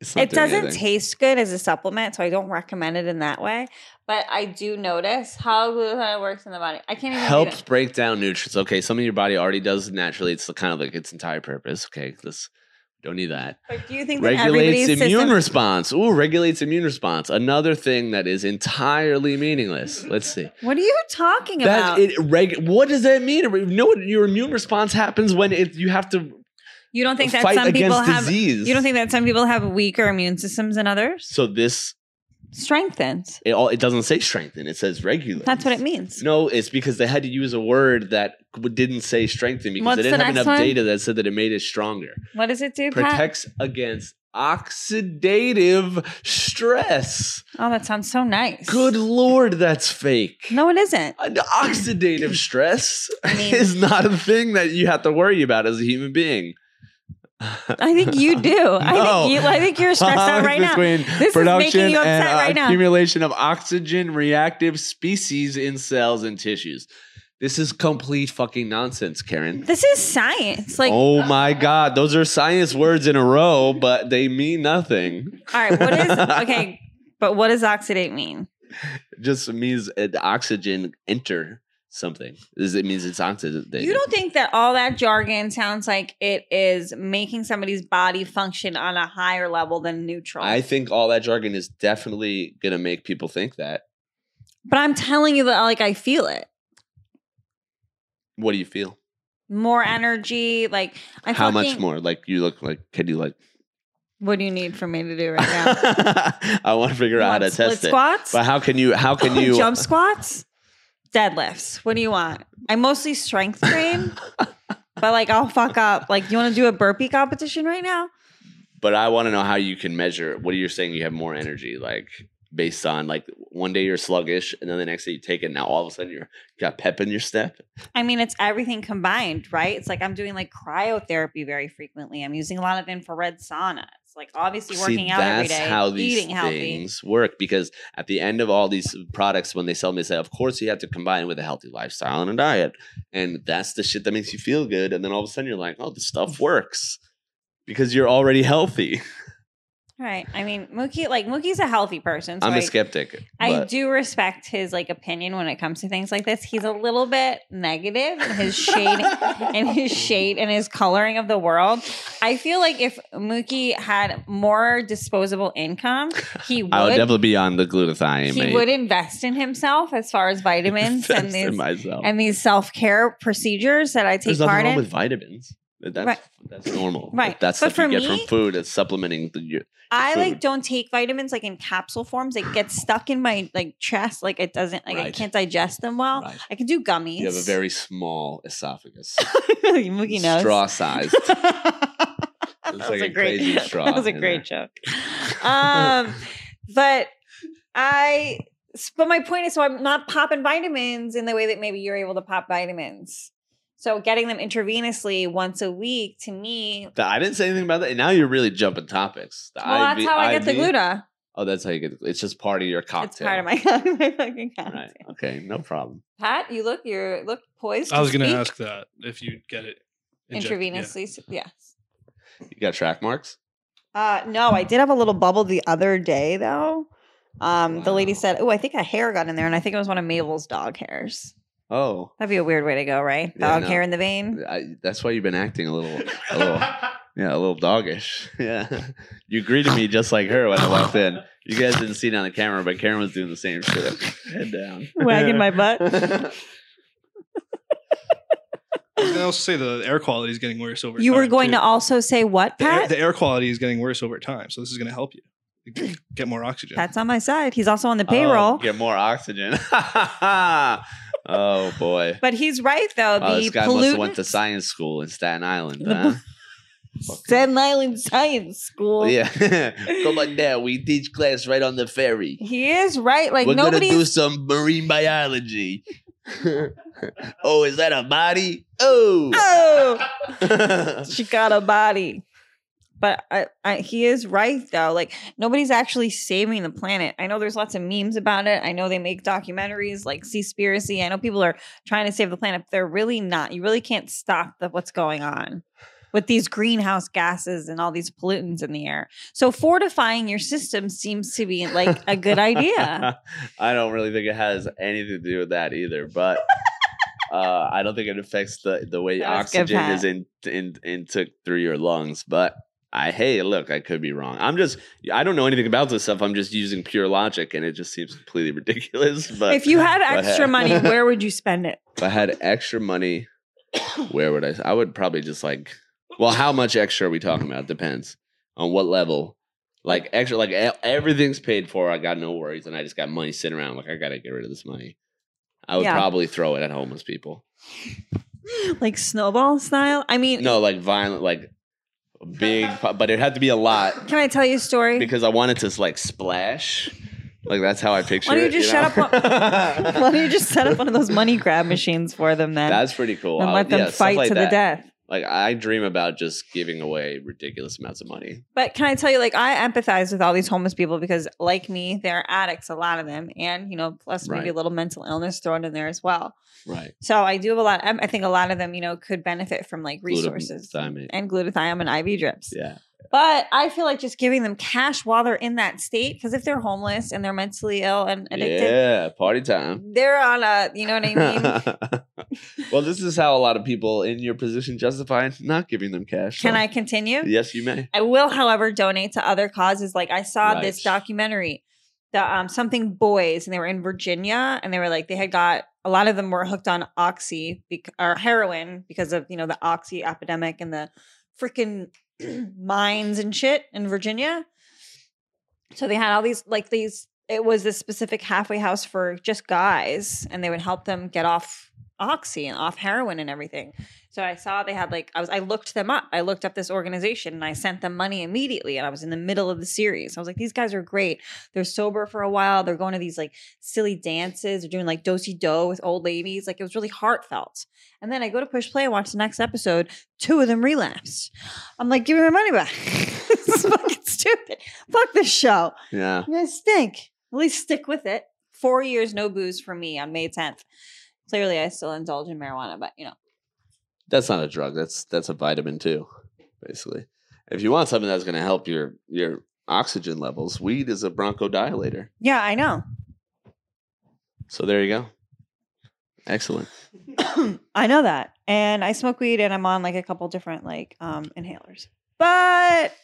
Speaker 3: It's not
Speaker 2: It
Speaker 3: doing
Speaker 2: doesn't
Speaker 3: anything.
Speaker 2: taste good as a supplement, so I don't recommend it in that way. But I do notice how glutathione works in the body. I can't even
Speaker 3: helps break down nutrients. Okay, something your body already does naturally. It's the kind of like its entire purpose. Okay, this don't need that.
Speaker 2: But do you think that
Speaker 3: regulates
Speaker 2: everybody's
Speaker 3: immune
Speaker 2: system?
Speaker 3: response. Ooh, regulates immune response. Another thing that is entirely meaningless. Let's see.
Speaker 2: what are you talking
Speaker 3: That
Speaker 2: about?
Speaker 3: it reg. What does that mean? You know, what your immune response happens when it you have to
Speaker 2: you don't think that
Speaker 3: fight
Speaker 2: some people
Speaker 3: against
Speaker 2: have?
Speaker 3: disease.
Speaker 2: You don't think that some people have weaker immune systems than others?
Speaker 3: so? This
Speaker 2: Strengthens.
Speaker 3: it all it doesn't say strengthen. It says regulate.
Speaker 2: That's what it means.
Speaker 3: No, it's because they had to use a word that w- didn't say strengthen because
Speaker 2: What's
Speaker 3: they didn't
Speaker 2: the
Speaker 3: have
Speaker 2: next
Speaker 3: enough
Speaker 2: one?
Speaker 3: data that said that it made it stronger.
Speaker 2: What does it do, Pat?
Speaker 3: Protects against oxidative stress.
Speaker 2: Oh, that sounds so nice.
Speaker 3: Good lord, that's fake.
Speaker 2: No, it isn't.
Speaker 3: An oxidative stress
Speaker 2: I mean-
Speaker 3: is not a thing that you have to worry about as a human being.
Speaker 2: I think you do. I
Speaker 3: No.
Speaker 2: think you. I think you're stressed out
Speaker 3: Conflict
Speaker 2: right now.
Speaker 3: Between
Speaker 2: This is making
Speaker 3: production
Speaker 2: you upset
Speaker 3: and, uh,
Speaker 2: right now.
Speaker 3: Accumulation of oxygen reactive species in cells and tissues. This is complete fucking nonsense, Karen.
Speaker 2: This is science. Like, all
Speaker 3: oh my god, those are science words in a row, but they mean nothing.
Speaker 2: right, what is okay? But what does oxidate mean?
Speaker 3: Just means uh, the oxygen enter something. This- It means it's oxidated.
Speaker 2: You don't think that all that jargon sounds like it is making somebody's body function on a higher level than neutral?
Speaker 3: I think all that jargon is definitely gonna make people think that.
Speaker 2: but I'm telling you that like I feel it.
Speaker 3: What do you feel?
Speaker 2: More energy, like I
Speaker 3: Hmm. How much
Speaker 2: fucking-
Speaker 3: more? Like you look like? Can you like?
Speaker 2: What do you need for me to do right now?
Speaker 3: I want to figure out how to
Speaker 2: You want split
Speaker 3: test it.
Speaker 2: squats?
Speaker 3: But how can you? How can you?
Speaker 2: jump squats, deadlifts? What do you want? I mostly strength train, but like I'll fuck up. Like, you want to do a burpee competition right now?
Speaker 3: But I want to know how you can measure. What are you saying? You have more energy, like based on like one day you're sluggish, and then the next day you take it. Now all of a sudden you're you got pep in your step.
Speaker 2: I mean, it's everything combined, right? It's like I'm doing like cryotherapy very frequently. I'm using a lot of infrared sauna. It's like obviously working out every
Speaker 3: that's
Speaker 2: day,
Speaker 3: how these
Speaker 2: eating healthy.
Speaker 3: things work. Because at the end of all these products, when they sell them, they say, "Of course, you have to combine with a healthy lifestyle and a diet," and that's the shit that makes you feel good. And then all of a sudden you're like, "Oh, this stuff works," because you're already healthy.
Speaker 2: Right. I mean, Mookie, like Mookie's a healthy person. So
Speaker 3: I'm
Speaker 2: I-
Speaker 3: a skeptic.
Speaker 2: I
Speaker 3: but-
Speaker 2: do respect his like opinion when it comes to things like this. He's a little bit negative in his shade and his shade and his coloring of the world. I feel like if Mookie had more disposable income, he would
Speaker 3: I would definitely be on the glutathione.
Speaker 2: he
Speaker 3: mate.
Speaker 2: would invest in himself as far as vitamins and
Speaker 3: Invest in
Speaker 2: these
Speaker 3: myself.
Speaker 2: and these self care procedures that I take
Speaker 3: There's nothing
Speaker 2: part
Speaker 3: wrong
Speaker 2: in.
Speaker 3: with vitamins. But That's that's normal.
Speaker 2: Right.
Speaker 3: If That's
Speaker 2: But
Speaker 3: stuff you
Speaker 2: for
Speaker 3: get
Speaker 2: me-
Speaker 3: from food. It's supplementing the. your-
Speaker 2: I like
Speaker 3: food.
Speaker 2: don't take vitamins like in capsule forms. It gets stuck in my like chest. Like it doesn't like I
Speaker 3: Right.
Speaker 2: can't digest them well.
Speaker 3: Right.
Speaker 2: I can do gummies.
Speaker 3: You have a very small esophagus.
Speaker 2: Mookie knows.
Speaker 3: Straw sized.
Speaker 2: that
Speaker 3: like a crazy straw
Speaker 2: That was a
Speaker 3: in
Speaker 2: great joke. Um, but I. s- But my point is, so I'm not popping vitamins in the way that maybe you're able to pop vitamins. So getting them intravenously once a week to me,
Speaker 3: The- I didn't say anything about that. And now you're really jumping topics. The
Speaker 2: well, that's
Speaker 3: IV
Speaker 2: how I get the
Speaker 3: IV
Speaker 2: gluta.
Speaker 3: Oh, that's how you get the It's just part of your cocktail.
Speaker 2: It's part of my, my fucking cocktail.
Speaker 3: Right. Okay. No problem.
Speaker 2: Pat, you look you look poised.
Speaker 4: I was
Speaker 2: to
Speaker 4: gonna
Speaker 2: speak
Speaker 4: ask that if you get it injected, yeah.
Speaker 2: intravenously. so- Yes.
Speaker 3: You got track marks?
Speaker 2: Uh, no, I did have a little bubble the other day though. Um, The lady
Speaker 3: Wow.
Speaker 2: said, "Oh, I think a hair got in there, and I think it was one of Mabel's dog hairs."
Speaker 3: Oh.
Speaker 2: That'd be a weird way to go, right?
Speaker 3: Yeah,
Speaker 2: Dog
Speaker 3: no.
Speaker 2: hair in the vein.
Speaker 3: I, that's why you've been acting a little, a little, yeah, a little doggish. Yeah, you greeted me just like her when I walked in. You guys didn't see it on the camera, but Karen was doing the same shit. Head down,
Speaker 2: Wagging my butt.
Speaker 3: I
Speaker 4: I was gonna also say the air quality is getting worse over.
Speaker 2: You
Speaker 4: time
Speaker 2: were going
Speaker 4: too.
Speaker 2: to also say what,
Speaker 4: The air,
Speaker 2: Pat?
Speaker 4: the air quality is getting worse over time, so this is gonna help you get more oxygen.
Speaker 2: Pat's on my side. He's also on
Speaker 3: Oh,
Speaker 2: the payroll.
Speaker 3: get more oxygen. oh boy,
Speaker 2: But he's right though.
Speaker 3: oh,
Speaker 2: the
Speaker 3: this guy must have went
Speaker 2: pollutant
Speaker 3: to science school in Staten Island.
Speaker 2: The
Speaker 3: Huh?
Speaker 2: Staten Island Science School.
Speaker 3: Yeah, come on down. We teach class right on the ferry.
Speaker 2: He is right. Like
Speaker 3: We're
Speaker 2: nobody's
Speaker 3: gonna do some marine biology. oh, is that a body? Oh.
Speaker 2: Oh,
Speaker 3: yeah,
Speaker 2: she got a body. But I, I, he is right though. Like nobody's actually saving the planet. I know there's lots of memes about it. I know they make documentaries like Seaspiracy. I know people are trying to save the planet. But they're really not. You really can't stop the, what's going on with these greenhouse gases and all these pollutants in the air. So fortifying your system seems to be like a good idea.
Speaker 3: I don't really think it has anything to do with that either, but uh, I don't think it affects the, the way
Speaker 2: That was good,
Speaker 3: oxygen is
Speaker 2: Pat.
Speaker 3: in, in intook through your lungs. But I hey, look, I could be wrong. I'm just I don't know anything about this stuff. I'm just using pure logic, and it just seems completely ridiculous. But
Speaker 2: if you had
Speaker 3: but
Speaker 2: extra
Speaker 3: hey.
Speaker 2: money, where would you spend it?
Speaker 3: if I had extra money, where would I? I would probably just like. Well, how much extra are we talking about? Depends on what level. Like extra, like e- everything's paid for. I got no worries, and I just got money sitting around. Like I gotta get rid of this money. I would
Speaker 2: Yeah.
Speaker 3: probably throw it at homeless people.
Speaker 2: Like snowball style? I mean,
Speaker 3: No, like violent, like big, but it had to be a lot
Speaker 2: can I tell you a story?
Speaker 3: because I wanted to like splash. Like that's how I picture.
Speaker 2: don't you
Speaker 3: it,
Speaker 2: just shut up
Speaker 3: up?
Speaker 2: Why don't you just set up one of those money grab machines for them then?
Speaker 3: That's pretty cool.
Speaker 2: and
Speaker 3: I
Speaker 2: let
Speaker 3: would-
Speaker 2: them
Speaker 3: yeah, stuff
Speaker 2: fight
Speaker 3: like
Speaker 2: to the
Speaker 3: that.
Speaker 2: death.
Speaker 3: Like I dream about just giving away ridiculous amounts of money.
Speaker 2: But can I tell you, like, I empathize with all these homeless people because, like me, they're addicts, a lot of them. And, you know, plus maybe a
Speaker 3: Right.
Speaker 2: little mental illness thrown in there as well.
Speaker 3: Right.
Speaker 2: So I do have a lot. I think a lot of them, you know, could benefit from like resources
Speaker 3: Glutathione.
Speaker 2: and glutathione and IV drips.
Speaker 3: Yeah.
Speaker 2: But I feel like just giving them cash while they're in that state, because if they're homeless and they're mentally ill and addicted,
Speaker 3: Yeah. Party time.
Speaker 2: they're on a, you know what I mean?
Speaker 3: well, this is how a lot of people in your position justify not giving them cash.
Speaker 2: can
Speaker 3: so-
Speaker 2: I continue?
Speaker 3: Yes, you may.
Speaker 2: I will, however, donate to other causes. Like I saw
Speaker 3: Right.
Speaker 2: this documentary, the um something boys, and they were in Virginia, and they were like they had got a lot of them were hooked on oxy bec- or heroin because of you know the oxy epidemic and the freaking mines and shit in Virginia. So they had all these like these. It was this specific halfway house for just guys, and they would help them get off oxy and off heroin and everything. So I saw they had like I was I looked them up. I looked up this organization and I sent them money immediately. And I was in the middle of the series. I was like, these guys are great. They're sober for a while. They're going to these like silly dances. They're doing like do-si do with old ladies. Like it was really heartfelt. And then I go to push play and watch the next episode. Two of them relapsed. I'm like, give me my money back. this is fucking stupid. Fuck this show.
Speaker 3: Yeah.
Speaker 2: You guys stink. At least stick with it. Four years no booze for me on May 10th. Clearly, I still indulge in marijuana, but you know.
Speaker 3: That's not a drug. That's that's a vitamin too, basically. If you want something that's going to help your your oxygen levels, weed is a bronchodilator.
Speaker 2: Yeah, I know.
Speaker 3: So there you go. Excellent.
Speaker 2: I know that. And I smoke weed and I'm on like a couple different like um inhalers. But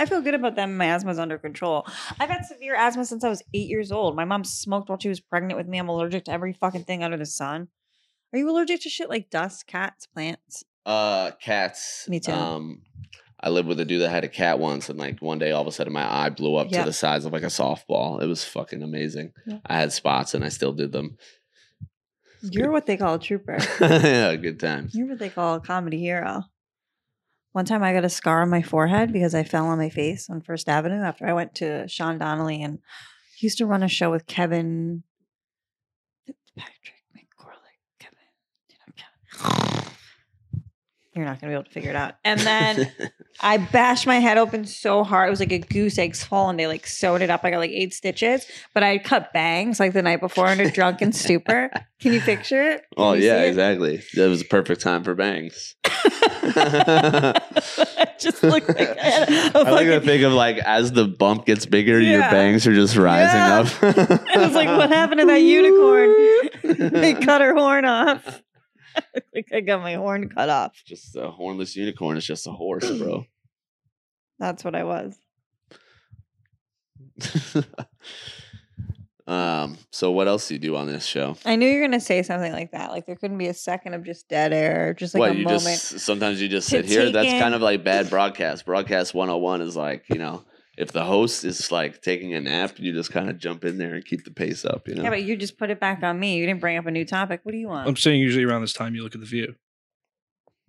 Speaker 2: I feel good about them. My asthma's under control. I've had severe asthma since I was eight years old. My mom smoked while she was pregnant with me. I'm allergic to every fucking thing under the sun. Are you allergic to shit like dust, cats, plants?
Speaker 3: Uh, cats.
Speaker 2: Me too.
Speaker 3: Um, I lived with a dude that had a cat once, and like one day, all of a sudden, my eye blew up
Speaker 2: Yeah.
Speaker 3: to the size of like a softball. It was fucking amazing.
Speaker 2: Yeah.
Speaker 3: I had spots, and I still did them.
Speaker 2: You're what they call a trooper.
Speaker 3: yeah, good times.
Speaker 2: You're what they call a comedy hero. One time I got a scar on my forehead because I fell on my face on First Avenue after I went to Sean Donnelly and he used to run a show with Kevin Fitzpatrick McCorlick. Kevin. You know, Kevin. You're not gonna be able to figure it out. And then I bashed my head open so hard. It was like a goose egg swollen. They like sewed it up. I got like eight stitches, but I had cut bangs like the night before in a drunken stupor. Can you picture it? Can
Speaker 3: oh
Speaker 2: you see
Speaker 3: yeah,
Speaker 2: it?
Speaker 3: exactly. That was a perfect time for bangs.
Speaker 2: I just looked like I had a
Speaker 3: I like to
Speaker 2: fucking-
Speaker 3: think of like as the bump gets bigger, your
Speaker 2: Yeah.
Speaker 3: bangs are just rising up.
Speaker 2: I was like, what happened to that unicorn? they cut her horn off. like I got my horn cut off.
Speaker 3: Just a hornless unicorn is just a horse, bro.
Speaker 2: That's what I was.
Speaker 3: um. So what else do you do on this show?
Speaker 2: I knew you were gonna say something like that. Like there couldn't be a second of just dead air, just like
Speaker 3: what
Speaker 2: a
Speaker 3: you
Speaker 2: moment.
Speaker 3: just sometimes you just
Speaker 2: to
Speaker 3: sit here.
Speaker 2: take
Speaker 3: That's
Speaker 2: in-
Speaker 3: kind of like bad broadcast. Broadcast one hundred and one is like you know if the host is like taking a nap, you just kind of jump in there and keep the pace up. You know.
Speaker 2: Yeah, but you just put it back on me. You didn't bring up a new topic. What do you want?
Speaker 4: I'm saying usually around this time you look at the view.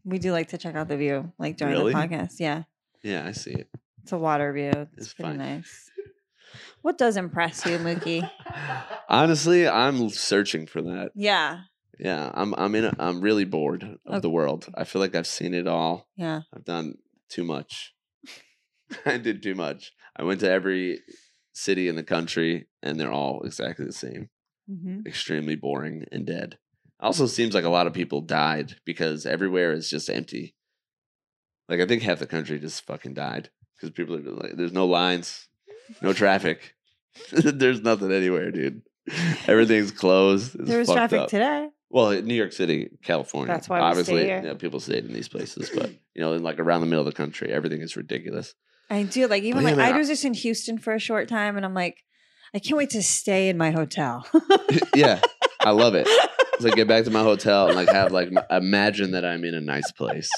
Speaker 2: we do like to check out the view, like during
Speaker 3: Really?
Speaker 2: the podcast. Yeah,
Speaker 3: yeah, I see it.
Speaker 2: it's a water view. It's,
Speaker 3: It's
Speaker 2: pretty
Speaker 3: fine.
Speaker 2: nice. What does impress you, Mookie?
Speaker 3: Honestly, I'm searching for that.
Speaker 2: yeah,
Speaker 3: Yeah, I'm I'm in a, I'm really bored of
Speaker 2: Okay.
Speaker 3: the world. I feel like I've seen it all.
Speaker 2: yeah.
Speaker 3: I've done too much. I did too much. I went to every city in the country and they're all exactly the same.
Speaker 2: hmm
Speaker 3: Extremely boring and dead. Also seems like a lot of people died because everywhere is just empty. Like I think half the country just fucking died cuz people are like there's no lines, no traffic. there's nothing anywhere, dude. Everything's closed. It's
Speaker 2: There was
Speaker 3: fucked
Speaker 2: traffic
Speaker 3: up.
Speaker 2: today.
Speaker 3: Well, in New York City, California.
Speaker 2: That's why we
Speaker 3: obviously
Speaker 2: stay here.
Speaker 3: you know, people stayed in these places, but you know, in like around the middle of the country, everything is ridiculous.
Speaker 2: I do like even
Speaker 3: yeah,
Speaker 2: like
Speaker 3: man,
Speaker 2: I
Speaker 3: I-
Speaker 2: was just in Houston for a short time, and I'm like, I can't wait to stay in my hotel.
Speaker 3: yeah, I love it. It's like get back to my hotel and like have like m- imagine that I'm in a nice place.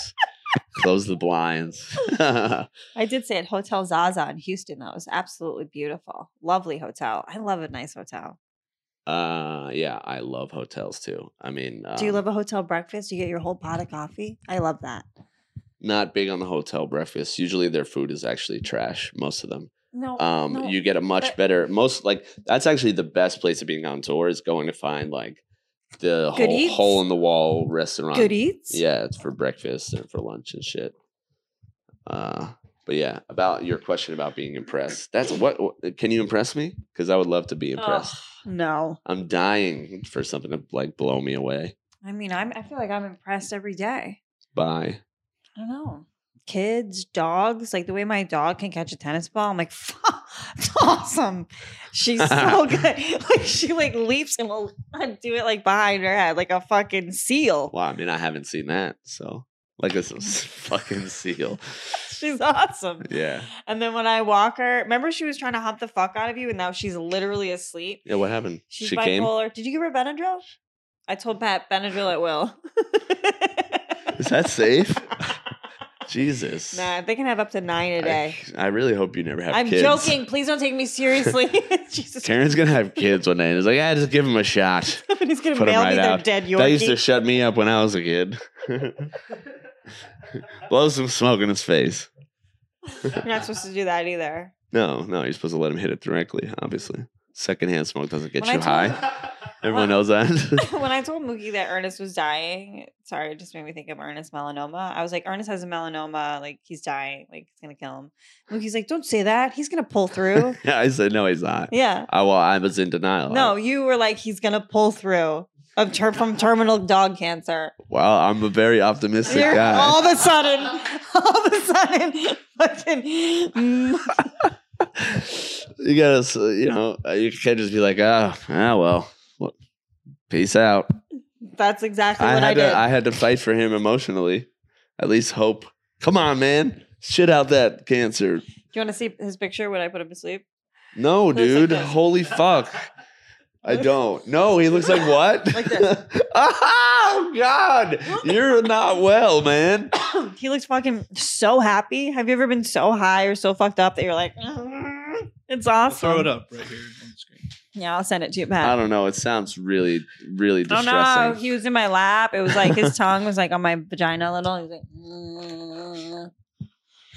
Speaker 3: Close the blinds. Uh,
Speaker 2: I did stay at Hotel Zaza in Houston. That was absolutely beautiful, lovely hotel. I love a nice hotel.
Speaker 3: uh, yeah, I love hotels too. I mean,
Speaker 2: do you
Speaker 3: um,
Speaker 2: love a hotel breakfast? You get your whole pot of coffee. I love that.
Speaker 3: Not big on the hotel breakfast. Usually, their food is actually trash. Most of them.
Speaker 2: No,
Speaker 3: um
Speaker 2: no.
Speaker 3: you get a much
Speaker 2: but-
Speaker 3: better most like that's actually the best place of being on tour is going to find like the
Speaker 2: Good
Speaker 3: whole
Speaker 2: Eats?
Speaker 3: hole in the wall restaurant
Speaker 2: Good eats.
Speaker 3: yeah it's for breakfast and for lunch and shit uh but yeah about your question about being impressed that's what what- can you impress me because i would love to be impressed
Speaker 5: No.
Speaker 3: i'm dying for something to like blow me away
Speaker 2: I mean, I'm. I feel like I'm impressed every day.
Speaker 3: by
Speaker 2: I don't know. Kids, dogs, like the way my dog can catch a tennis ball. I'm like, fuck, it's awesome. She's so good. Like she like leaps and will do it like behind her head, like a fucking seal.
Speaker 3: well i mean i haven't seen that so like this is fucking seal
Speaker 2: She's awesome.
Speaker 3: yeah
Speaker 2: And then when I walk her, remember she was trying to hump the fuck out of you, and now she's literally asleep.
Speaker 3: yeah what happened
Speaker 2: She's bipolar. Did you give her Benadryl? I told Pat Benadryl at will.
Speaker 3: Is that safe? Jesus.
Speaker 2: nah, they can have up to nine a day.
Speaker 3: I, I really hope you never have
Speaker 2: I'm
Speaker 3: kids.
Speaker 2: joking. Please don't take me seriously. Jesus.
Speaker 3: Karen's gonna have kids one day, and it's like, I just give them a shot.
Speaker 2: Somebody's gonna
Speaker 3: Put 'em
Speaker 2: mail me
Speaker 3: right
Speaker 2: their
Speaker 3: out.
Speaker 2: dead Yorkie.
Speaker 3: That used to shut me up when I was a kid. Blow some smoke in his face.
Speaker 2: You're not supposed to do that either.
Speaker 3: No, no, you're supposed to let him hit it directly. Obviously, secondhand smoke doesn't get
Speaker 2: When I
Speaker 3: you
Speaker 2: told-
Speaker 3: high. Everyone knows that.
Speaker 2: when I told Mookie that Ernest was dying, sorry, it just made me think of Ernest melanoma. I was like, Ernest has a melanoma, like he's dying, like it's gonna kill him. Mookie's like, don't say that. He's gonna pull through.
Speaker 3: yeah, I said no, he's not.
Speaker 2: yeah.
Speaker 3: I well, I was in denial.
Speaker 2: No,
Speaker 3: I-
Speaker 2: you were like, he's gonna pull through of ter- from terminal dog cancer.
Speaker 3: well, I'm a very optimistic
Speaker 2: You're
Speaker 3: guy.
Speaker 2: all of a sudden, all of a sudden, fucking. mm,
Speaker 3: you gotta, s- you know, uh, you can't just be like, oh, ah, well, well, peace out.
Speaker 2: That's exactly
Speaker 3: I
Speaker 2: what
Speaker 3: had
Speaker 2: I did.
Speaker 3: to, I had to fight for him emotionally. At least hope. Come on, man, shit out that cancer.
Speaker 2: do you want to see his picture when I put him to sleep?
Speaker 3: No,
Speaker 2: Looks like
Speaker 3: dude,
Speaker 2: this.
Speaker 3: holy fuck. I don't. No, he looks like what?
Speaker 2: Like this.
Speaker 3: oh God, you're not well, man.
Speaker 2: he looks fucking so happy. Have you ever been so high or so fucked up that you're like, "Mm, it's
Speaker 4: I'll
Speaker 2: awesome?
Speaker 4: throw it up right here on the screen.
Speaker 2: Yeah, I'll send it to you,
Speaker 3: I
Speaker 2: Pat.
Speaker 3: don't know. It sounds really, really
Speaker 2: I don't,
Speaker 3: distressing.
Speaker 2: know. Oh, He was in my lap. It was like his tongue was like on my vagina a little. He was like, "Mm."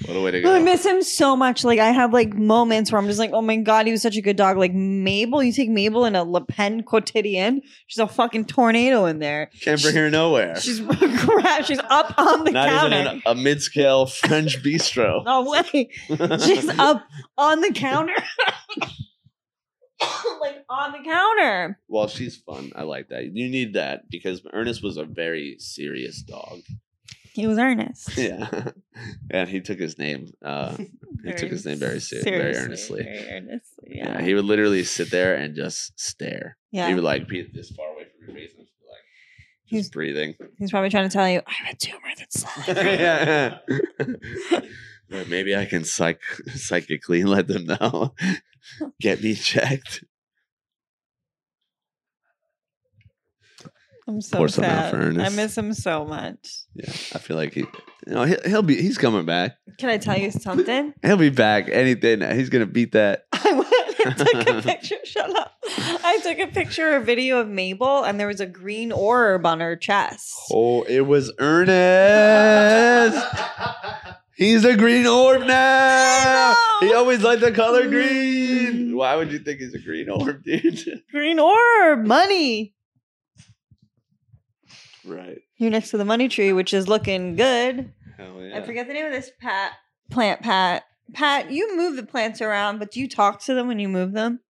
Speaker 3: What a way to
Speaker 2: I
Speaker 3: go.
Speaker 2: miss him so much. Like I have like moments where I'm just like, oh my god, he was such a good dog. Like Mabel, you take Mabel in a Le Pen quotidian, she's a fucking tornado in there.
Speaker 3: Can't bring her nowhere.
Speaker 2: She's crap. She's up on the
Speaker 3: Not
Speaker 2: counter.
Speaker 3: even in a mid scale French bistro.
Speaker 2: no way. She's up on the counter. like on the counter.
Speaker 3: Well, she's fun. I like that. You need that because Ernest was a very serious dog.
Speaker 2: He was earnest.
Speaker 3: Yeah. and he took his name. Uh, he took his name very ser- very
Speaker 5: seriously,
Speaker 3: earnestly.
Speaker 5: Very earnestly.
Speaker 3: yeah.
Speaker 5: Yeah.
Speaker 3: He would literally sit there and just stare.
Speaker 2: Yeah.
Speaker 3: He would like be this far away from your face and just be like just
Speaker 2: He's-
Speaker 3: breathing.
Speaker 2: He's probably trying to tell you, I have a tumor that's slithering.
Speaker 3: yeah. Like, Maybe I can psych psychically let them know. Get me checked.
Speaker 2: I'm so
Speaker 3: Pour some out
Speaker 2: sad.
Speaker 3: for
Speaker 2: I
Speaker 3: Ernest.
Speaker 2: miss him so much.
Speaker 3: Yeah, I feel like he, you know, he'll, he'll be he's coming back.
Speaker 2: Can I tell you something?
Speaker 3: He'll be back any day now. He's gonna beat that.
Speaker 2: I went and took a picture. Shut up. I took a picture or video of Mabel, and there was a green orb on her chest.
Speaker 3: Oh, it was Ernest. He's a green orb now.
Speaker 2: I know.
Speaker 3: He always liked the color green. Why would you think he's a green orb, dude?
Speaker 2: Green orb, money.
Speaker 3: right.
Speaker 2: You're next to the money tree, which is looking good.
Speaker 3: Hell yeah.
Speaker 2: I forget the name of this pat plant. Pat, Pat, you move the plants around, but do you talk to them when you move them?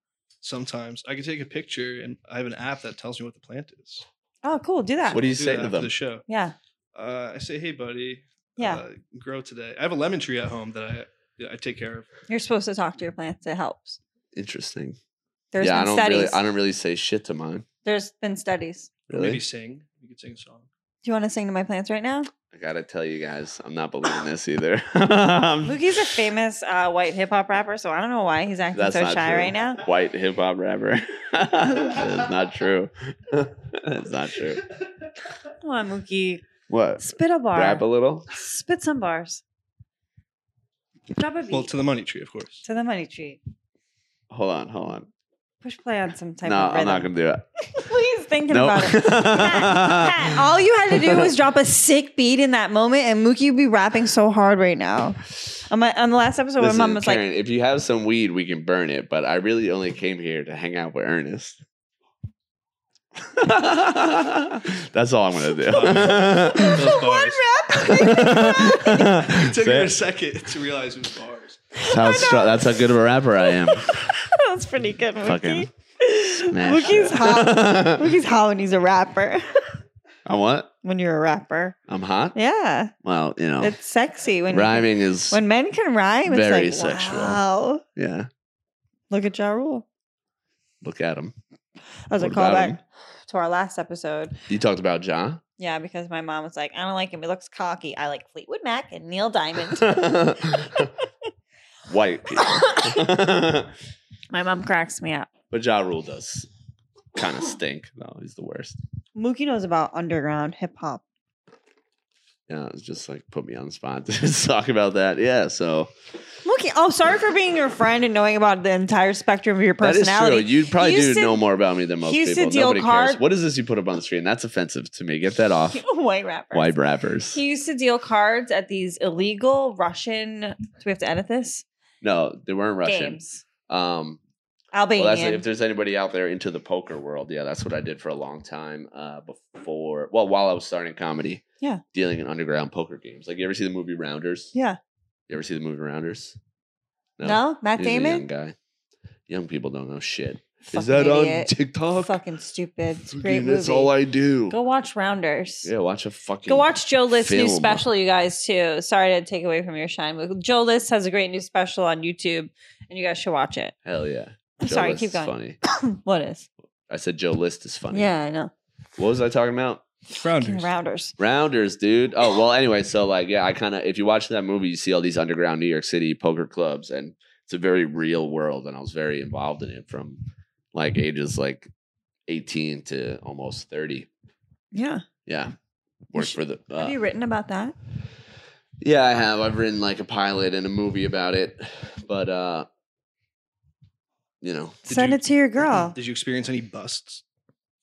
Speaker 4: Sometimes I can take a picture, and I have an app that tells me what the plant is.
Speaker 2: Oh, cool. Do that.
Speaker 3: What do you
Speaker 4: Do
Speaker 3: say
Speaker 4: that
Speaker 3: to
Speaker 4: after
Speaker 3: them?
Speaker 4: The show.
Speaker 2: yeah,
Speaker 4: Uh, I say, "Hey, buddy,
Speaker 2: yeah.
Speaker 4: uh, grow today." I have a lemon tree at home that I yeah, I take care of.
Speaker 2: You're supposed to talk to your plants. It helps.
Speaker 3: Interesting.
Speaker 2: There's
Speaker 3: yeah, I
Speaker 2: been
Speaker 3: don't
Speaker 2: studies.
Speaker 3: really, I don't really say shit to mine.
Speaker 2: There's been studies.
Speaker 3: Really.
Speaker 4: Maybe sing. We could sing a song.
Speaker 2: Do you want to sing to my plants right now?
Speaker 3: I gotta tell you guys, I'm not believing this either. I'm-
Speaker 2: Mookie's a famous uh, white hip hop rapper, so I don't know why he's acting so
Speaker 3: not
Speaker 2: shy
Speaker 3: true.
Speaker 2: right now.
Speaker 3: White hip hop rapper. That's not true. That's not true.
Speaker 2: Come on, Mookie.
Speaker 3: What?
Speaker 2: Spit a bar.
Speaker 3: Rap a little?
Speaker 2: Spit some bars. Drop a beat
Speaker 4: Well, to the money tree, of course.
Speaker 2: to the money tree.
Speaker 3: Hold on, hold on.
Speaker 2: Push play on some type
Speaker 3: no,
Speaker 2: of
Speaker 3: I'm
Speaker 2: rhythm.
Speaker 3: not gonna do it.
Speaker 2: Please thinking
Speaker 3: Nope.
Speaker 2: about it. Pat, Pat, all you had to do was drop a sick beat in that moment, and Mookie would be rapping so hard right now. On, my, on the last episode, my
Speaker 3: Listen,
Speaker 2: mom was like,
Speaker 3: Karen, if you have some weed, we can burn it, but I really only came here to hang out with Ernest. That's all I'm gonna do.
Speaker 4: Those
Speaker 2: "One
Speaker 4: bars. It took her a
Speaker 3: That's
Speaker 4: second to realize it was bars.
Speaker 2: Oh
Speaker 3: how, strong, that's how good of a rapper I am.
Speaker 2: That's pretty good, Mookie.
Speaker 3: Fucking smash
Speaker 2: Mookie's
Speaker 3: it.
Speaker 2: hot. Mookie's hot when he's a rapper.
Speaker 3: I'm what?
Speaker 2: when you're a rapper,
Speaker 3: I'm hot?
Speaker 2: yeah,
Speaker 3: Well, you know,
Speaker 2: it's sexy when you can-
Speaker 3: Oh. rhyming is
Speaker 2: when men can rhyme. It's
Speaker 3: Very
Speaker 2: like,
Speaker 3: sexual.
Speaker 2: Wow,
Speaker 3: yeah.
Speaker 2: look at Ja Rule.
Speaker 3: Look at him.
Speaker 2: That was a
Speaker 3: What about
Speaker 2: callback
Speaker 3: him?
Speaker 2: to our last episode.
Speaker 3: You talked about John.
Speaker 2: Yeah, because my mom was like, I don't like him. He looks cocky. I like Fleetwood Mac and Neil Diamond.
Speaker 3: White people.
Speaker 2: my mom cracks me up.
Speaker 3: but Ja Rule does kind of stink. No, he's the worst.
Speaker 2: Mookie knows about underground hip hop.
Speaker 3: Yeah, it's just like put me on the spot to just talk about that. Yeah, so
Speaker 2: Mookie, oh, sorry for being your friend and knowing about the entire spectrum of your
Speaker 3: that is true.
Speaker 2: personality.
Speaker 3: You probably
Speaker 2: Houston-
Speaker 3: do know more about me than most
Speaker 2: Houston
Speaker 3: people.
Speaker 2: deal
Speaker 3: Nobody cares.
Speaker 2: card-
Speaker 3: What is this you put up on the screen? That's offensive to me. Get that off.
Speaker 2: White rapper.
Speaker 3: White rappers.
Speaker 2: He used to deal cards at these illegal Russian. Do we have to edit this?
Speaker 3: No, they weren't Russian.
Speaker 2: Games.
Speaker 3: Um,
Speaker 2: Albanian.
Speaker 3: Well, that's if there's anybody out there into the poker world, yeah, that's what I did for a long time uh, before. Well, while I was starting comedy,
Speaker 2: Yeah.
Speaker 3: dealing in underground poker games. Like, you ever see the movie Rounders?
Speaker 2: Yeah.
Speaker 3: You ever see the movie Rounders?
Speaker 2: no? Matt
Speaker 3: He's a young
Speaker 2: Damon?
Speaker 3: guy. Young people don't know shit.
Speaker 2: Fucking
Speaker 3: Is that
Speaker 2: idiot.
Speaker 3: on TikTok?
Speaker 2: Fucking stupid. It's a
Speaker 3: Fucking
Speaker 2: great
Speaker 3: that's
Speaker 2: movie.
Speaker 3: all I do.
Speaker 2: Go watch Rounders.
Speaker 3: yeah, watch a fucking.
Speaker 2: Go watch Joe List's new
Speaker 3: film.
Speaker 2: special, you guys, too. Sorry to take away from your shine. but Joe List has a great new special on YouTube, and you guys should watch it.
Speaker 3: Hell yeah.
Speaker 2: I'm
Speaker 3: Joe
Speaker 2: sorry,
Speaker 3: List
Speaker 2: keep
Speaker 3: is
Speaker 2: going.
Speaker 3: Funny.
Speaker 2: What is?
Speaker 3: I said Joe List is funny.
Speaker 2: Yeah, I know.
Speaker 3: What was I talking about?
Speaker 4: Rounders.
Speaker 2: Fucking Rounders.
Speaker 3: Rounders, dude. Oh well. Anyway, so like, yeah, I kind of if you watch that movie, you see all these underground New York City poker clubs, and it's a very real world. And I was very involved in it from like ages like eighteen to almost thirty.
Speaker 2: Yeah.
Speaker 3: Yeah, worked for the.
Speaker 2: Have
Speaker 3: Uh,
Speaker 2: you written about that?
Speaker 3: yeah, I have. I've written like a pilot and a movie about it, but uh, you know,
Speaker 4: Did
Speaker 2: Send
Speaker 4: you-
Speaker 2: it to your girl.
Speaker 4: Did you experience any busts?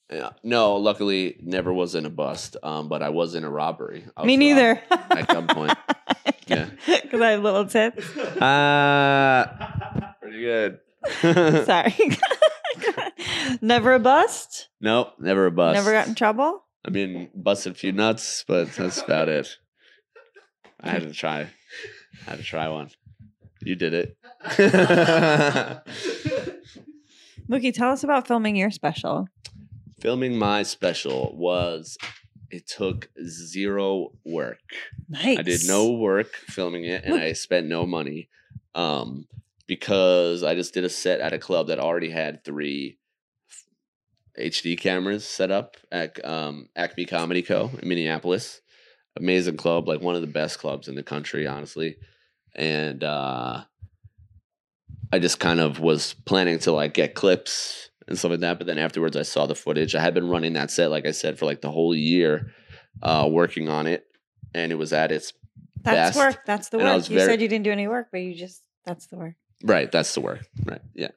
Speaker 3: yeah. no. Luckily, never was in a bust. Um, but I was in a robbery. I
Speaker 2: Me
Speaker 3: was robbed
Speaker 2: neither.
Speaker 3: At gunpoint. yeah.
Speaker 2: because I have little tits.
Speaker 3: Uh, pretty good.
Speaker 2: Sorry. Never a bust.
Speaker 3: nope, never a bust.
Speaker 2: Never got in trouble.
Speaker 3: I mean, busted a few nuts, but that's about it. I had to try. I had to try one. You did it.
Speaker 2: Mookie, tell us about filming your special.
Speaker 3: Filming my special was it took zero work.
Speaker 2: Nice.
Speaker 3: I did no work filming it and I spent no money. Um because I just did a set at a club that already had three HD cameras set up at um, Acme Comedy Co. in Minneapolis. Amazing club, like one of the best clubs in the country, honestly. And uh, I just kind of was planning to like get clips and stuff like that. But then afterwards, I saw the footage. I had been running that set, like I said, for like the whole year, uh, working on it, and it was at its
Speaker 2: That's
Speaker 3: best.
Speaker 2: work. That's the
Speaker 3: And I
Speaker 2: work.
Speaker 3: was
Speaker 2: You
Speaker 3: very-
Speaker 2: said you didn't do any work, but you just that's the work.
Speaker 3: Right, that's the word. Right, yeah,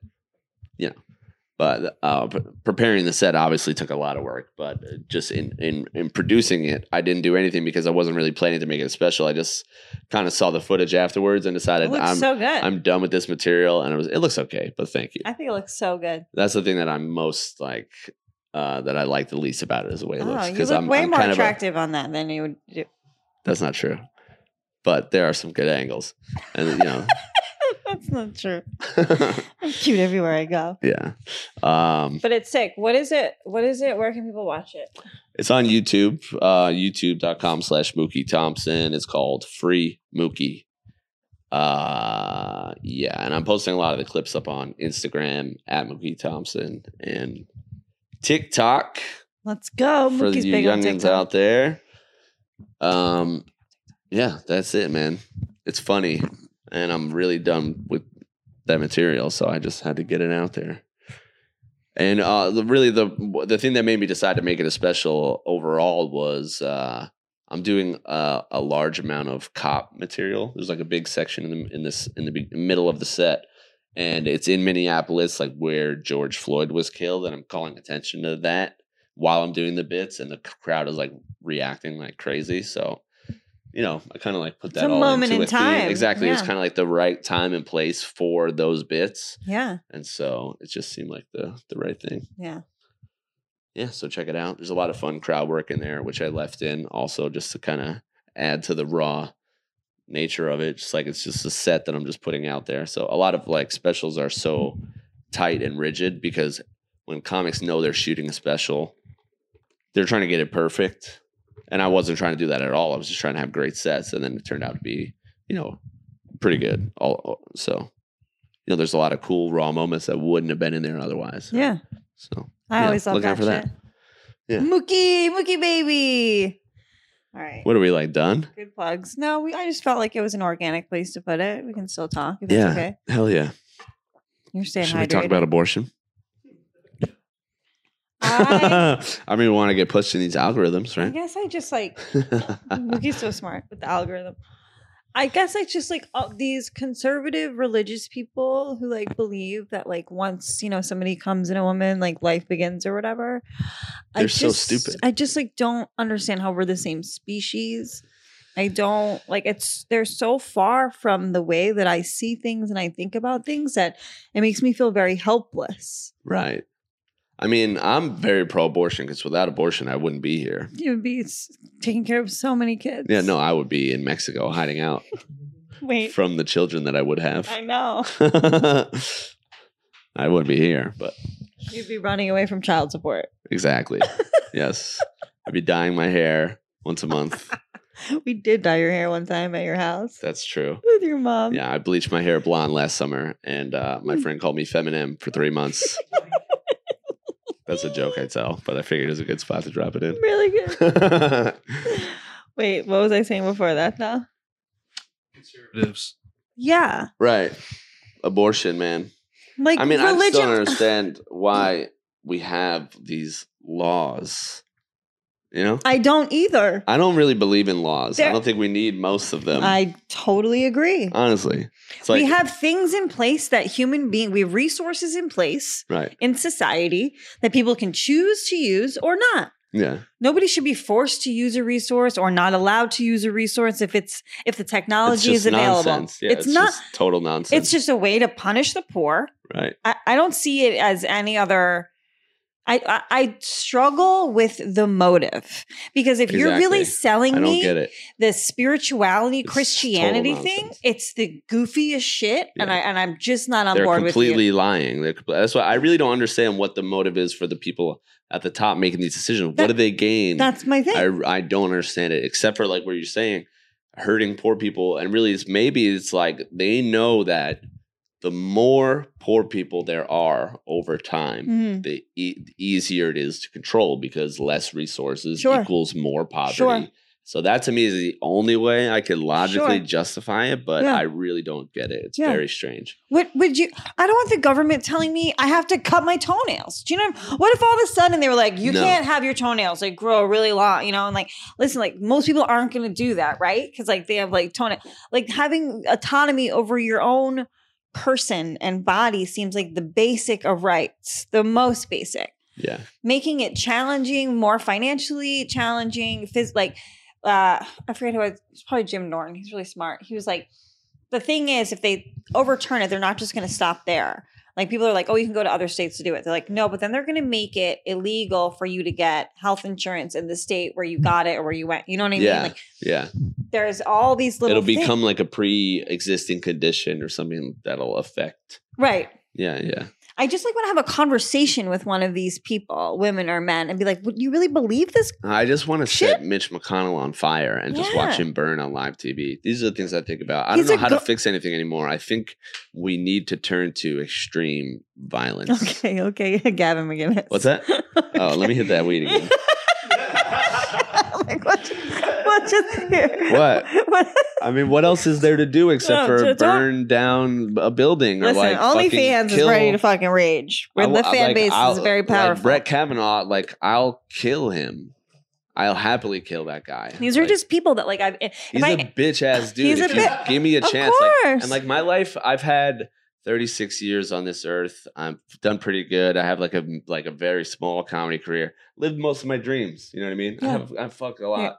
Speaker 3: you know. But uh, p- preparing the set obviously took a lot of work. But uh, just in in in producing it, I didn't do anything because I wasn't really planning to make it special. I just kind of saw the footage afterwards and
Speaker 2: It
Speaker 3: decided
Speaker 2: looks
Speaker 3: I'm
Speaker 2: so good.
Speaker 3: I'm done with this material, and it was it looks okay. But thank you.
Speaker 2: I think it looks so good.
Speaker 3: That's the thing that I'm most like uh, that I like the least about it is the way it
Speaker 2: Oh,
Speaker 3: looks
Speaker 2: you look way more
Speaker 3: kind of a-
Speaker 2: attractive on that than you would do.
Speaker 3: that's not true. But there are some good angles, and you know.
Speaker 2: That's not true. I'm cute everywhere I go.
Speaker 3: yeah. Um,
Speaker 2: But it's sick. What is it? What is it? Where can people watch it?
Speaker 3: It's on YouTube, uh, youtube.com slash Mookie Thompson. It's called Free Mookie. Uh, yeah, and I'm posting a lot of the clips up on Instagram at Mookie Thompson and TikTok
Speaker 2: Let's go.
Speaker 3: for
Speaker 2: Mookie's
Speaker 3: you
Speaker 2: big on
Speaker 3: youngins
Speaker 2: TikTok.
Speaker 3: out there. Um, yeah, that's it, man. It's funny, and I'm really done with that material, so I just had to get it out there. And uh, the- really, the the thing that made me decide to make it a special overall was uh, I'm doing a, a large amount of cop material. There's like a big section in the, in this in the be- middle of the set, and it's in Minneapolis, like where George Floyd was killed, and I'm calling attention to that while I'm doing the bits, and the c- crowd is like reacting like crazy. So, you know, I kind of like put
Speaker 2: It's
Speaker 3: that
Speaker 2: a
Speaker 3: all
Speaker 2: moment
Speaker 3: into
Speaker 2: in
Speaker 3: a theme.
Speaker 2: time,
Speaker 3: Exactly, it's
Speaker 2: yeah.
Speaker 3: kind of like the right time and place for those bits,
Speaker 2: Yeah.
Speaker 3: and so it just seemed like the the right thing.
Speaker 2: Yeah.
Speaker 3: Yeah, so check it out. There's a lot of fun crowd work in there, which I left in also just to kind of add to the raw nature of it. Just like it's just a set that I'm just putting out there. So a lot of like specials are so tight and rigid because when comics know they're shooting a special, they're trying to get it perfect. And I wasn't trying to do that at all. I was just trying to have great sets. And then it turned out to be, you know, pretty good. All so, you know, there's a lot of cool raw moments that wouldn't have been in there otherwise.
Speaker 2: Yeah.
Speaker 3: So
Speaker 2: I
Speaker 3: yeah,
Speaker 2: always love
Speaker 3: look
Speaker 2: that
Speaker 3: out for that.
Speaker 2: shit.
Speaker 3: Yeah.
Speaker 2: Mookie, Mookie baby. All right.
Speaker 3: What are we like done?
Speaker 2: Good plugs. No, we, I just felt like it was an organic place to put it. We can still talk if
Speaker 3: Yeah.
Speaker 2: it's okay.
Speaker 3: Hell yeah.
Speaker 2: You're staying
Speaker 3: Should
Speaker 2: hydrated.
Speaker 3: we talk about abortion?
Speaker 2: I,
Speaker 3: I mean, we want to get pushed in these algorithms,
Speaker 2: I
Speaker 3: right?
Speaker 2: guess I just like Mookie's so smart with the algorithm. I guess I just like all these conservative religious people who like believe that like once you know somebody comes in a woman like life begins or whatever. I
Speaker 3: They're so
Speaker 2: just-
Speaker 3: stupid.
Speaker 2: I just like don't understand how we're the same species. I don't like it's they're so far from the way that I see things and I think about things that it makes me feel very helpless.
Speaker 3: right. I mean, I'm very pro abortion because without abortion, I wouldn't be here.
Speaker 2: You would be s- taking care of so many kids.
Speaker 3: Yeah, no, I would be in Mexico hiding out
Speaker 2: Wait,
Speaker 3: from the children that I would have.
Speaker 2: I know.
Speaker 3: I wouldn't be here, but
Speaker 2: You'd be running away from child support.
Speaker 3: exactly. yes. I'd be dyeing my hair once a month.
Speaker 2: We did dye your hair one time at your house
Speaker 3: That's true.
Speaker 2: with your mom.
Speaker 3: Yeah, I bleached my hair blonde last summer, and uh,
Speaker 2: Mm.
Speaker 3: my friend called me Feminem for three months. That's a joke I tell, but I figured it was a good spot to drop it in.
Speaker 2: Really good. Wait, what was I saying before that now?
Speaker 4: Conservatives.
Speaker 2: Yeah.
Speaker 3: right. Abortion, man.
Speaker 2: Like
Speaker 3: I mean, I just don't
Speaker 2: religion.
Speaker 3: understand why we have these laws. You know?
Speaker 2: I don't either.
Speaker 3: I don't really believe in laws. I
Speaker 2: There-
Speaker 3: don't think we need most of them.
Speaker 2: I totally agree.
Speaker 3: honestly. It's
Speaker 2: we have things in place that human being we have resources in place
Speaker 3: right.
Speaker 2: in society that people can choose to use or not.
Speaker 3: Yeah.
Speaker 2: Nobody should be forced to use a resource or not allowed to use a resource if it's if the technology is available.
Speaker 3: nonsense. Yeah,
Speaker 2: it's, not.
Speaker 3: just total nonsense.
Speaker 2: it's just a way to punish the poor.
Speaker 3: right.
Speaker 2: I, I don't see it as any other. I, I I struggle with the motive because if you're
Speaker 3: Exactly.
Speaker 2: really
Speaker 3: I
Speaker 2: selling
Speaker 3: don't
Speaker 2: me
Speaker 3: get it.
Speaker 2: the spirituality
Speaker 3: It's
Speaker 2: Christianity
Speaker 3: total
Speaker 2: thing,
Speaker 3: nonsense.
Speaker 2: it's the goofiest shit, and
Speaker 3: Yeah.
Speaker 2: I and I'm just not on
Speaker 3: They're
Speaker 2: board with
Speaker 3: completely lying. They're compl- that's why I really don't understand what the motive is for the people at the top making these decisions.
Speaker 2: That-
Speaker 3: what do they
Speaker 2: you.
Speaker 3: gain?
Speaker 2: That's my thing.
Speaker 3: I I don't understand it, except for like what you're saying, hurting poor people, and really, it's maybe it's like they know that the more poor people there are over time,
Speaker 2: Mhm.
Speaker 3: the e- the easier it is to control because less resources
Speaker 2: Sure.
Speaker 3: equals more poverty.
Speaker 2: Sure.
Speaker 3: So that to me is the only way I could logically
Speaker 2: Sure.
Speaker 3: justify it, but
Speaker 2: Yeah.
Speaker 3: I really don't get it. It's
Speaker 2: Yeah.
Speaker 3: very strange.
Speaker 2: What would you? I don't want the government telling me I have to cut my toenails. Do you know? What if all of a sudden they were like, you
Speaker 3: No.
Speaker 2: can't have your toenails like grow really long, you know? And like, listen, like most people aren't going to do that, right? Because like they have like toenail, like having autonomy over your own person and body seems like the basic of rights, the most basic
Speaker 3: Yeah,
Speaker 2: making it challenging, more financially challenging, phys- like uh, I forget who it was, it's probably Jim Norton. He's really smart. He was like, the thing is, if they overturn it, they're not just going to stop there. Like people are like, oh, you can go to other states to do it. They're like, no, but then they're going to make it illegal for you to get health insurance in the state where you got it or where you went. You know what I
Speaker 3: Yeah.
Speaker 2: mean? Like
Speaker 3: yeah.
Speaker 2: there's all these little.
Speaker 3: It'll
Speaker 2: things-
Speaker 3: become like a pre-existing condition or something that'll affect.
Speaker 2: right.
Speaker 3: Yeah, yeah.
Speaker 2: I just like want to have a conversation with one of these people, women or men, and be like, would you really believe this?
Speaker 3: I just want to
Speaker 2: Shit.
Speaker 3: set Mitch McConnell on fire and just watch
Speaker 2: Yeah.
Speaker 3: him burn on live TV. These are the things I think about. I
Speaker 2: He's
Speaker 3: don't know
Speaker 2: a
Speaker 3: how to
Speaker 2: go-
Speaker 3: fix anything anymore. I think we need to turn to extreme violence.
Speaker 2: Okay, okay, Gavin McGinnis.
Speaker 3: What's that? Oh, let me hit that weed again.
Speaker 2: I'm like, what? What just here?
Speaker 3: What?
Speaker 2: What?
Speaker 3: I mean, what else is there to do except
Speaker 2: No,
Speaker 3: for
Speaker 2: don't-
Speaker 3: burn down a building or
Speaker 2: Listen,
Speaker 3: like fucking
Speaker 2: OnlyFans is
Speaker 3: kill-
Speaker 2: ready to fucking rage. Where
Speaker 3: I
Speaker 2: the
Speaker 3: wa-
Speaker 2: fan
Speaker 3: like,
Speaker 2: base
Speaker 3: I'll-
Speaker 2: is very
Speaker 3: Like
Speaker 2: powerful.
Speaker 3: Brett Kavanaugh, like I'll kill him. I'll happily kill that guy.
Speaker 2: These are
Speaker 3: Like,
Speaker 2: just people that like I've. If
Speaker 3: He's a
Speaker 2: I,
Speaker 3: bitch ass dude.
Speaker 2: He's
Speaker 3: if
Speaker 2: a
Speaker 3: you
Speaker 2: bit-
Speaker 3: give me a
Speaker 2: Of
Speaker 3: chance. like-
Speaker 2: course.
Speaker 3: and like my life, I've had 36 years on this earth. I've done pretty good. I have like a like a very small comedy career. Lived most of my dreams. You know what I mean? I
Speaker 2: Yeah.
Speaker 3: have I fuck a lot.
Speaker 2: Yeah.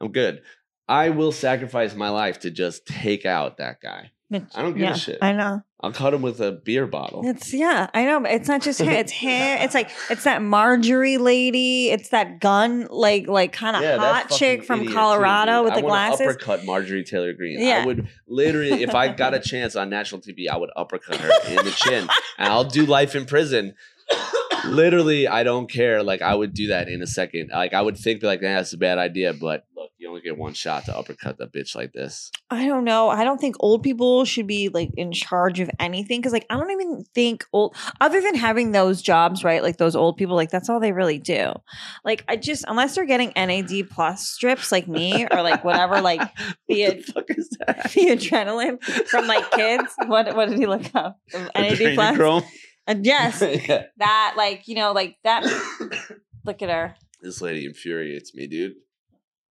Speaker 3: I'm good. I will sacrifice my life to just take out that guy. I don't give
Speaker 2: yeah,
Speaker 3: a shit.
Speaker 2: I know.
Speaker 3: I'll cut him with a beer bottle.
Speaker 2: It's yeah, I know. But it's not just him. It's him. It's like it's that Marjorie lady. It's that gun like like kind of
Speaker 3: Yeah, that
Speaker 2: hot
Speaker 3: fucking
Speaker 2: chick
Speaker 3: idiot
Speaker 2: from
Speaker 3: too,
Speaker 2: Colorado
Speaker 3: dude.
Speaker 2: with
Speaker 3: I
Speaker 2: the
Speaker 3: wanna
Speaker 2: glasses.
Speaker 3: Uppercut Marjorie Taylor Greene.
Speaker 2: Yeah.
Speaker 3: I would literally, if I got a chance on national TV, I would uppercut her in the chin, and I'll do life in prison. literally, I don't care. Like I would do that in a second. Like I would think like "Nah, that's a bad idea, but look, you only get one shot to uppercut that bitch like this.
Speaker 2: I don't know. I don't think old people should be like in charge of anything because like I don't even think old other than having those jobs, right? Like those old people, like that's all they really do. Like I just unless they're getting NAD plus strips like me or like whatever, like
Speaker 3: what
Speaker 2: the-
Speaker 3: the fuck is that?
Speaker 2: the adrenaline from like kids. What what did he look up? NAD plus.
Speaker 3: Adrenochrome?
Speaker 2: And yes,
Speaker 3: Yeah.
Speaker 2: that like you know like that. Look at her.
Speaker 3: This lady infuriates me, dude.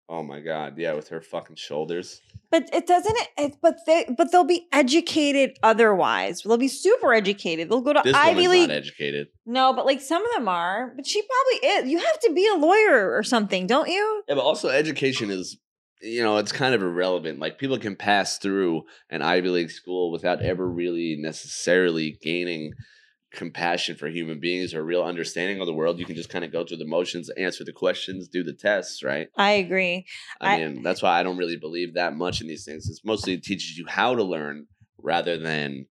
Speaker 3: Oh my god, yeah, with her fucking shoulders.
Speaker 2: But it doesn't. It, but they but they'll be educated otherwise. They'll be super educated. They'll go to
Speaker 3: This
Speaker 2: Ivy
Speaker 3: woman's
Speaker 2: League.
Speaker 3: not educated.
Speaker 2: No, but like some of them are. But she probably is. You have to be a lawyer or something, don't you?
Speaker 3: Yeah, but also education is, you know, it's kind of irrelevant. Like people can pass through an Ivy League school without ever really necessarily gaining compassion for human beings or real understanding of the world. You can just kind of go through the motions, answer the questions, do the tests, right?
Speaker 2: I agree.
Speaker 3: I,
Speaker 2: I-
Speaker 3: mean, that's why I don't really believe that much in these things. It's mostly it teaches you how to learn rather than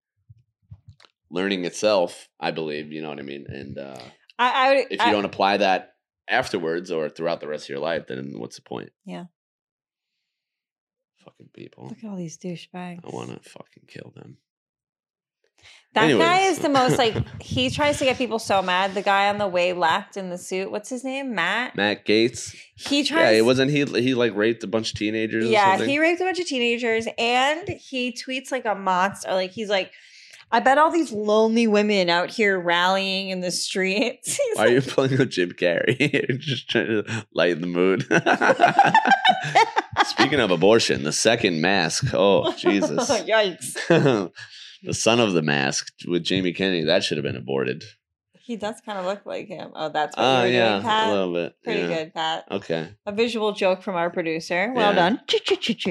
Speaker 3: learning itself, I believe, you know what I mean? And uh
Speaker 2: I, I would.
Speaker 3: if you
Speaker 2: I-
Speaker 3: don't apply that afterwards or throughout the rest of your life, then what's the point?
Speaker 2: Yeah.
Speaker 3: Fucking people.
Speaker 2: look at all these douchebags.
Speaker 3: I want to fucking kill them.
Speaker 2: That guy
Speaker 3: Anyways.
Speaker 2: is the most like he tries to get people so mad. The guy on the way left in the suit. What's his name? Matt.
Speaker 3: Matt Gates.
Speaker 2: He
Speaker 3: Yeah,
Speaker 2: tries.
Speaker 3: it wasn't he. He like raped a bunch of teenagers. or
Speaker 2: Yeah,
Speaker 3: something?
Speaker 2: he raped a bunch of teenagers and he tweets like a monster. Like he's like, I bet all these lonely women out here rallying in the streets. He's
Speaker 3: Why are you pulling a Jim Carrey? Just trying to lighten the mood. Speaking of abortion, the second mask. Oh Jesus!
Speaker 2: Yikes.
Speaker 3: the son of the mask with Jamie Kennedy. That should have been aborted.
Speaker 2: He does kind of look like him. Oh, that's what
Speaker 3: Oh
Speaker 2: you were
Speaker 3: yeah,
Speaker 2: doing, Pat.
Speaker 3: a little bit.
Speaker 2: Pretty
Speaker 3: yeah.
Speaker 2: good, Pat.
Speaker 3: Okay.
Speaker 2: A visual joke from our producer. Well
Speaker 3: Yeah.
Speaker 2: done. Ch-ch-ch-ch.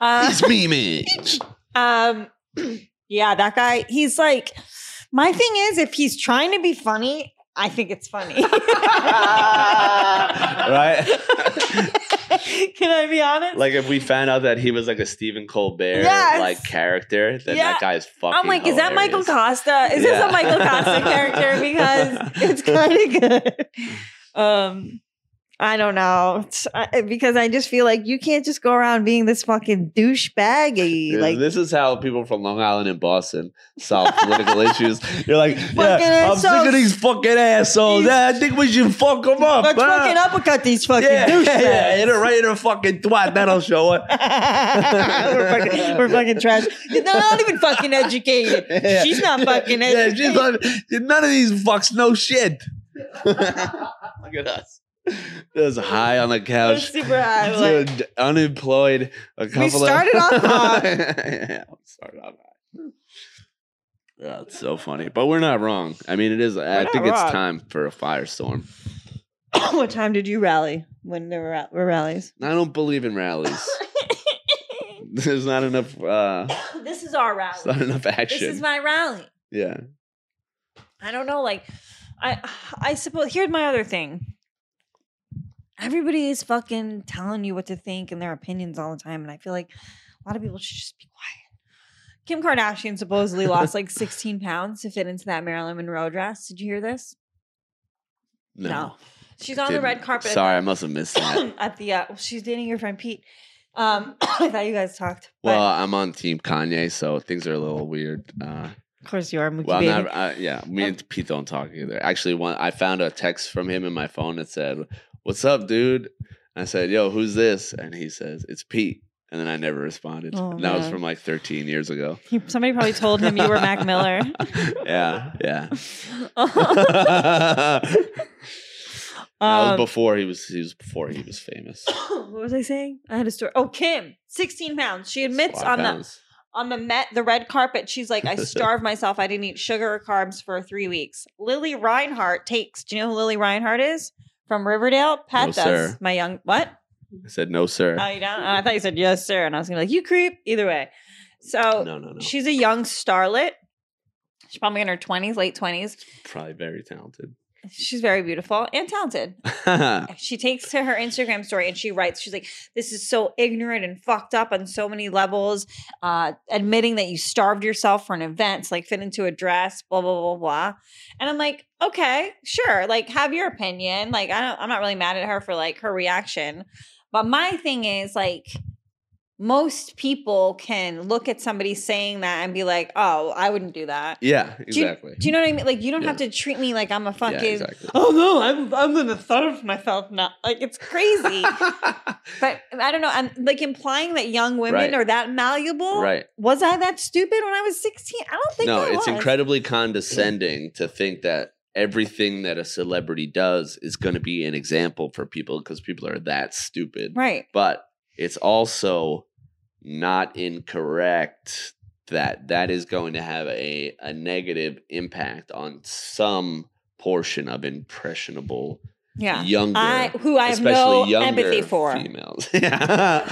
Speaker 2: Uh,
Speaker 3: It's Mimi.
Speaker 2: um, yeah, that guy. He's like, my thing is, if he's trying to be funny, I think it's funny.
Speaker 3: right?
Speaker 2: Can I be honest?
Speaker 3: like if we found out that he was like a Stephen Colbert
Speaker 2: Yes.
Speaker 3: like character, then
Speaker 2: Yeah.
Speaker 3: that guy's fucking.
Speaker 2: I'm like, is that Michael
Speaker 3: hilarious.
Speaker 2: Costa? Is this
Speaker 3: Yeah.
Speaker 2: a Michael Costa character? Because it's kind of good. Um, I don't know It's- I- because I just feel like you can't just go around being this fucking douchebaggy.
Speaker 3: Yeah,
Speaker 2: Like,
Speaker 3: this is how people from Long Island and Boston solve political issues. You're like,
Speaker 2: Fucking
Speaker 3: yeah, I'm sick
Speaker 2: assholes.
Speaker 3: of these fucking assholes.
Speaker 2: These-
Speaker 3: Yeah, I think we should fuck them up.
Speaker 2: let's
Speaker 3: huh?
Speaker 2: fucking uppercut these fucking
Speaker 3: Yeah, yeah,
Speaker 2: douchebags.
Speaker 3: yeah, hit her right in her fucking twat. That'll show it.
Speaker 2: we're, fucking, we're fucking trash. They're not even fucking educated.
Speaker 3: Yeah.
Speaker 2: She's not fucking
Speaker 3: Yeah,
Speaker 2: educated.
Speaker 3: she's not, none of these fucks know shit. Look at us. Those high on the
Speaker 2: We're
Speaker 3: couch.
Speaker 2: super high. Like,
Speaker 3: Dude, unemployed. A couple of-
Speaker 2: started off hot.
Speaker 3: yeah, we started off hot. Yeah, it's so funny, but we're not wrong. I mean, it is. I
Speaker 2: not
Speaker 3: think it's
Speaker 2: wrong.
Speaker 3: time for a firestorm.
Speaker 2: what time did you rally when there were, were rallies?
Speaker 3: I don't believe in rallies. There's not enough. Uh,
Speaker 2: this is our rally.
Speaker 3: it's not enough action.
Speaker 2: This is my rally.
Speaker 3: yeah.
Speaker 2: I don't know. Like, I I suppose here's my other thing. Everybody is fucking telling you what to think and their opinions all the time, and I feel like a lot of people should just be quiet. Kim Kardashian supposedly lost like 16 pounds to fit into that Marilyn Monroe dress. Did you hear this?
Speaker 3: No.
Speaker 2: She's on the
Speaker 3: Didn't.
Speaker 2: red carpet. at
Speaker 3: Sorry, I must have missed that.
Speaker 2: at the uh, she's dating your friend Pete. Um, I thought you guys talked. But
Speaker 3: Well, I'm on Team Kanye, so things are a little weird. Uh,
Speaker 2: of course you are, Mookie
Speaker 3: well, I'm
Speaker 2: baby.
Speaker 3: not, uh, yeah, me
Speaker 2: Oh.
Speaker 3: and Pete don't talk either. Actually, one I found a text from him in my phone that said, "What's up, dude?" I said, "Yo, who's this?" And he says, "It's Pete." And then I never responded.
Speaker 2: Oh,
Speaker 3: and that was
Speaker 2: man.
Speaker 3: from like 13 years ago.
Speaker 2: He- somebody probably told him you were Mac Miller.
Speaker 3: yeah, yeah.
Speaker 2: um,
Speaker 3: that was before he was. He was before he was famous.
Speaker 2: what was I saying? I had a story. Oh, Kim, 16 pounds. She admits on
Speaker 3: Five
Speaker 2: the
Speaker 3: pounds.
Speaker 2: on the Met, the red carpet, she's like, I starved myself. I didn't eat sugar or carbs for three weeks. Lily Reinhart takes. Do you know who Lily Reinhart is? From Riverdale? Pat
Speaker 3: No,
Speaker 2: does.
Speaker 3: sir.
Speaker 2: My young what?
Speaker 3: I said no, sir.
Speaker 2: Oh, you don't? Oh, I thought you said yes, sir. And I was gonna be like, you creep. Either way. So
Speaker 3: no, no, no.
Speaker 2: she's a young starlet. She's probably in her 20s, late 20s.
Speaker 3: Probably very talented.
Speaker 2: She's very beautiful and talented. She takes to her Instagram story and she writes, she's like, this is so ignorant and fucked up on so many levels. Uh, admitting that you starved yourself for an event, so like fit into a dress, blah, blah, blah, blah. And I'm like, okay, sure. Like, have your opinion. Like, I don't, I'm not really mad at her for like her reaction. But my thing is like, most people can look at somebody saying that and be like, oh, I wouldn't do that.
Speaker 3: yeah,
Speaker 2: Do you-
Speaker 3: exactly.
Speaker 2: Do you, know what I mean? Like, you don't
Speaker 3: Yeah.
Speaker 2: have to treat me like I'm a
Speaker 3: Yeah,
Speaker 2: fucking
Speaker 3: exactly.
Speaker 2: oh no, I'm I'm gonna starve myself now. Like it's crazy. but I don't know. I'm like implying that young women
Speaker 3: Right.
Speaker 2: are that malleable.
Speaker 3: right.
Speaker 2: Was I that stupid when I was 16? I don't think
Speaker 3: No,
Speaker 2: I
Speaker 3: it's
Speaker 2: was.
Speaker 3: incredibly condescending to think that everything that a celebrity does is going to be an example for people because people are that stupid.
Speaker 2: Right.
Speaker 3: But it's also not incorrect that that is going to have a, a negative impact on some portion of impressionable
Speaker 2: Yeah.
Speaker 3: younger
Speaker 2: I who I have
Speaker 3: especially
Speaker 2: no
Speaker 3: younger
Speaker 2: empathy for.
Speaker 3: females. Yeah.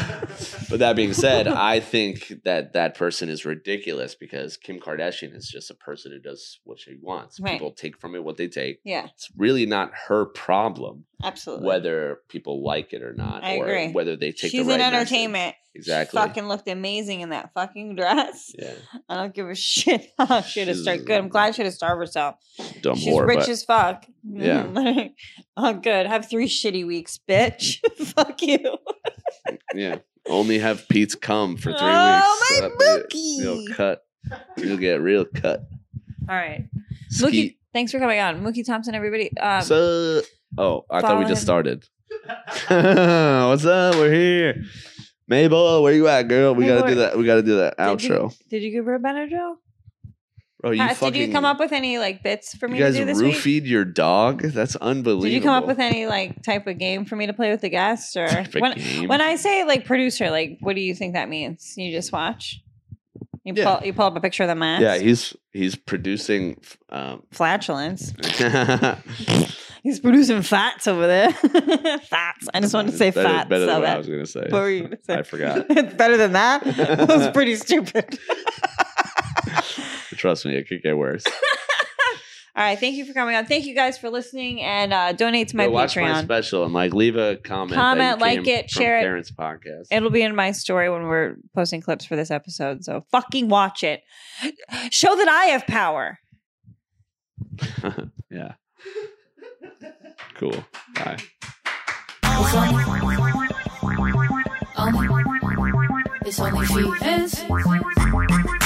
Speaker 3: but that being said, I think that that person is ridiculous because Kim Kardashian is just a person who does what she wants.
Speaker 2: Right.
Speaker 3: People take from it what they take.
Speaker 2: Yeah,
Speaker 3: It's really not her problem
Speaker 2: absolutely.
Speaker 3: whether people like it or not,
Speaker 2: I
Speaker 3: or
Speaker 2: agree.
Speaker 3: whether they take.
Speaker 2: She's
Speaker 3: the
Speaker 2: in
Speaker 3: right
Speaker 2: entertainment.
Speaker 3: message. Exactly.
Speaker 2: She fucking looked amazing in that fucking dress.
Speaker 3: yeah.
Speaker 2: I don't give a shit. she had to start good. I'm glad she had to starve herself.
Speaker 3: Dumb
Speaker 2: She's
Speaker 3: whore,
Speaker 2: rich
Speaker 3: but
Speaker 2: as fuck.
Speaker 3: Yeah.
Speaker 2: Like, oh, good. Have three shitty weeks, bitch. Fuck you.
Speaker 3: yeah. Only have Pete's come for three
Speaker 2: Oh,
Speaker 3: weeks.
Speaker 2: my
Speaker 3: That'd be-
Speaker 2: bookie.
Speaker 3: You'll cut. You'll get real cut.
Speaker 2: All right. Mookie,
Speaker 3: Skeet.
Speaker 2: thanks for coming on. Mookie Thompson, everybody. Um,
Speaker 3: so, oh, I thought we
Speaker 2: follow
Speaker 3: just
Speaker 2: him.
Speaker 3: started. What's up? We're here. Mabel, where you at, girl? We gotta
Speaker 2: Mabel,
Speaker 3: do that. We gotta do that
Speaker 2: did you-
Speaker 3: outro.
Speaker 2: did you give her a Benadryl?
Speaker 3: Bro, you
Speaker 2: Pat,
Speaker 3: fucking.
Speaker 2: did you come up with any like bits for me
Speaker 3: you guys
Speaker 2: to do this
Speaker 3: roofied
Speaker 2: week?
Speaker 3: your dog? That's unbelievable.
Speaker 2: Did you come up with any like type of game for me to play with the guests or
Speaker 3: Type of
Speaker 2: when
Speaker 3: game?
Speaker 2: when I say like producer, like what do you think that means? You just watch. You You
Speaker 4: Yeah.
Speaker 2: pull you pull up a picture of the mask.
Speaker 3: Yeah, he's he's producing. Um,
Speaker 2: flatulence.
Speaker 3: I
Speaker 2: He's producing fats over there. fats. I just wanted to say fats.
Speaker 3: Better than
Speaker 2: so
Speaker 3: what I
Speaker 2: bad.
Speaker 3: was gonna say.
Speaker 2: What were you gonna say?
Speaker 3: I forgot.
Speaker 2: it's better than that. That was pretty stupid.
Speaker 3: Trust me, it could get worse.
Speaker 2: All right, thank you for coming on. Thank you guys for listening and uh, donate to my
Speaker 3: Go watch my
Speaker 2: Patreon.
Speaker 3: special and like leave a comment. that
Speaker 2: Comment,
Speaker 3: you
Speaker 2: like
Speaker 3: came
Speaker 2: it,
Speaker 3: from
Speaker 2: share it.
Speaker 3: Karen's podcast.
Speaker 2: It'll be in my story when we're posting clips for this episode. So fucking watch it. Show that I have power.
Speaker 3: yeah. Cool. Bye.
Speaker 1: It's only, only, it's only she is.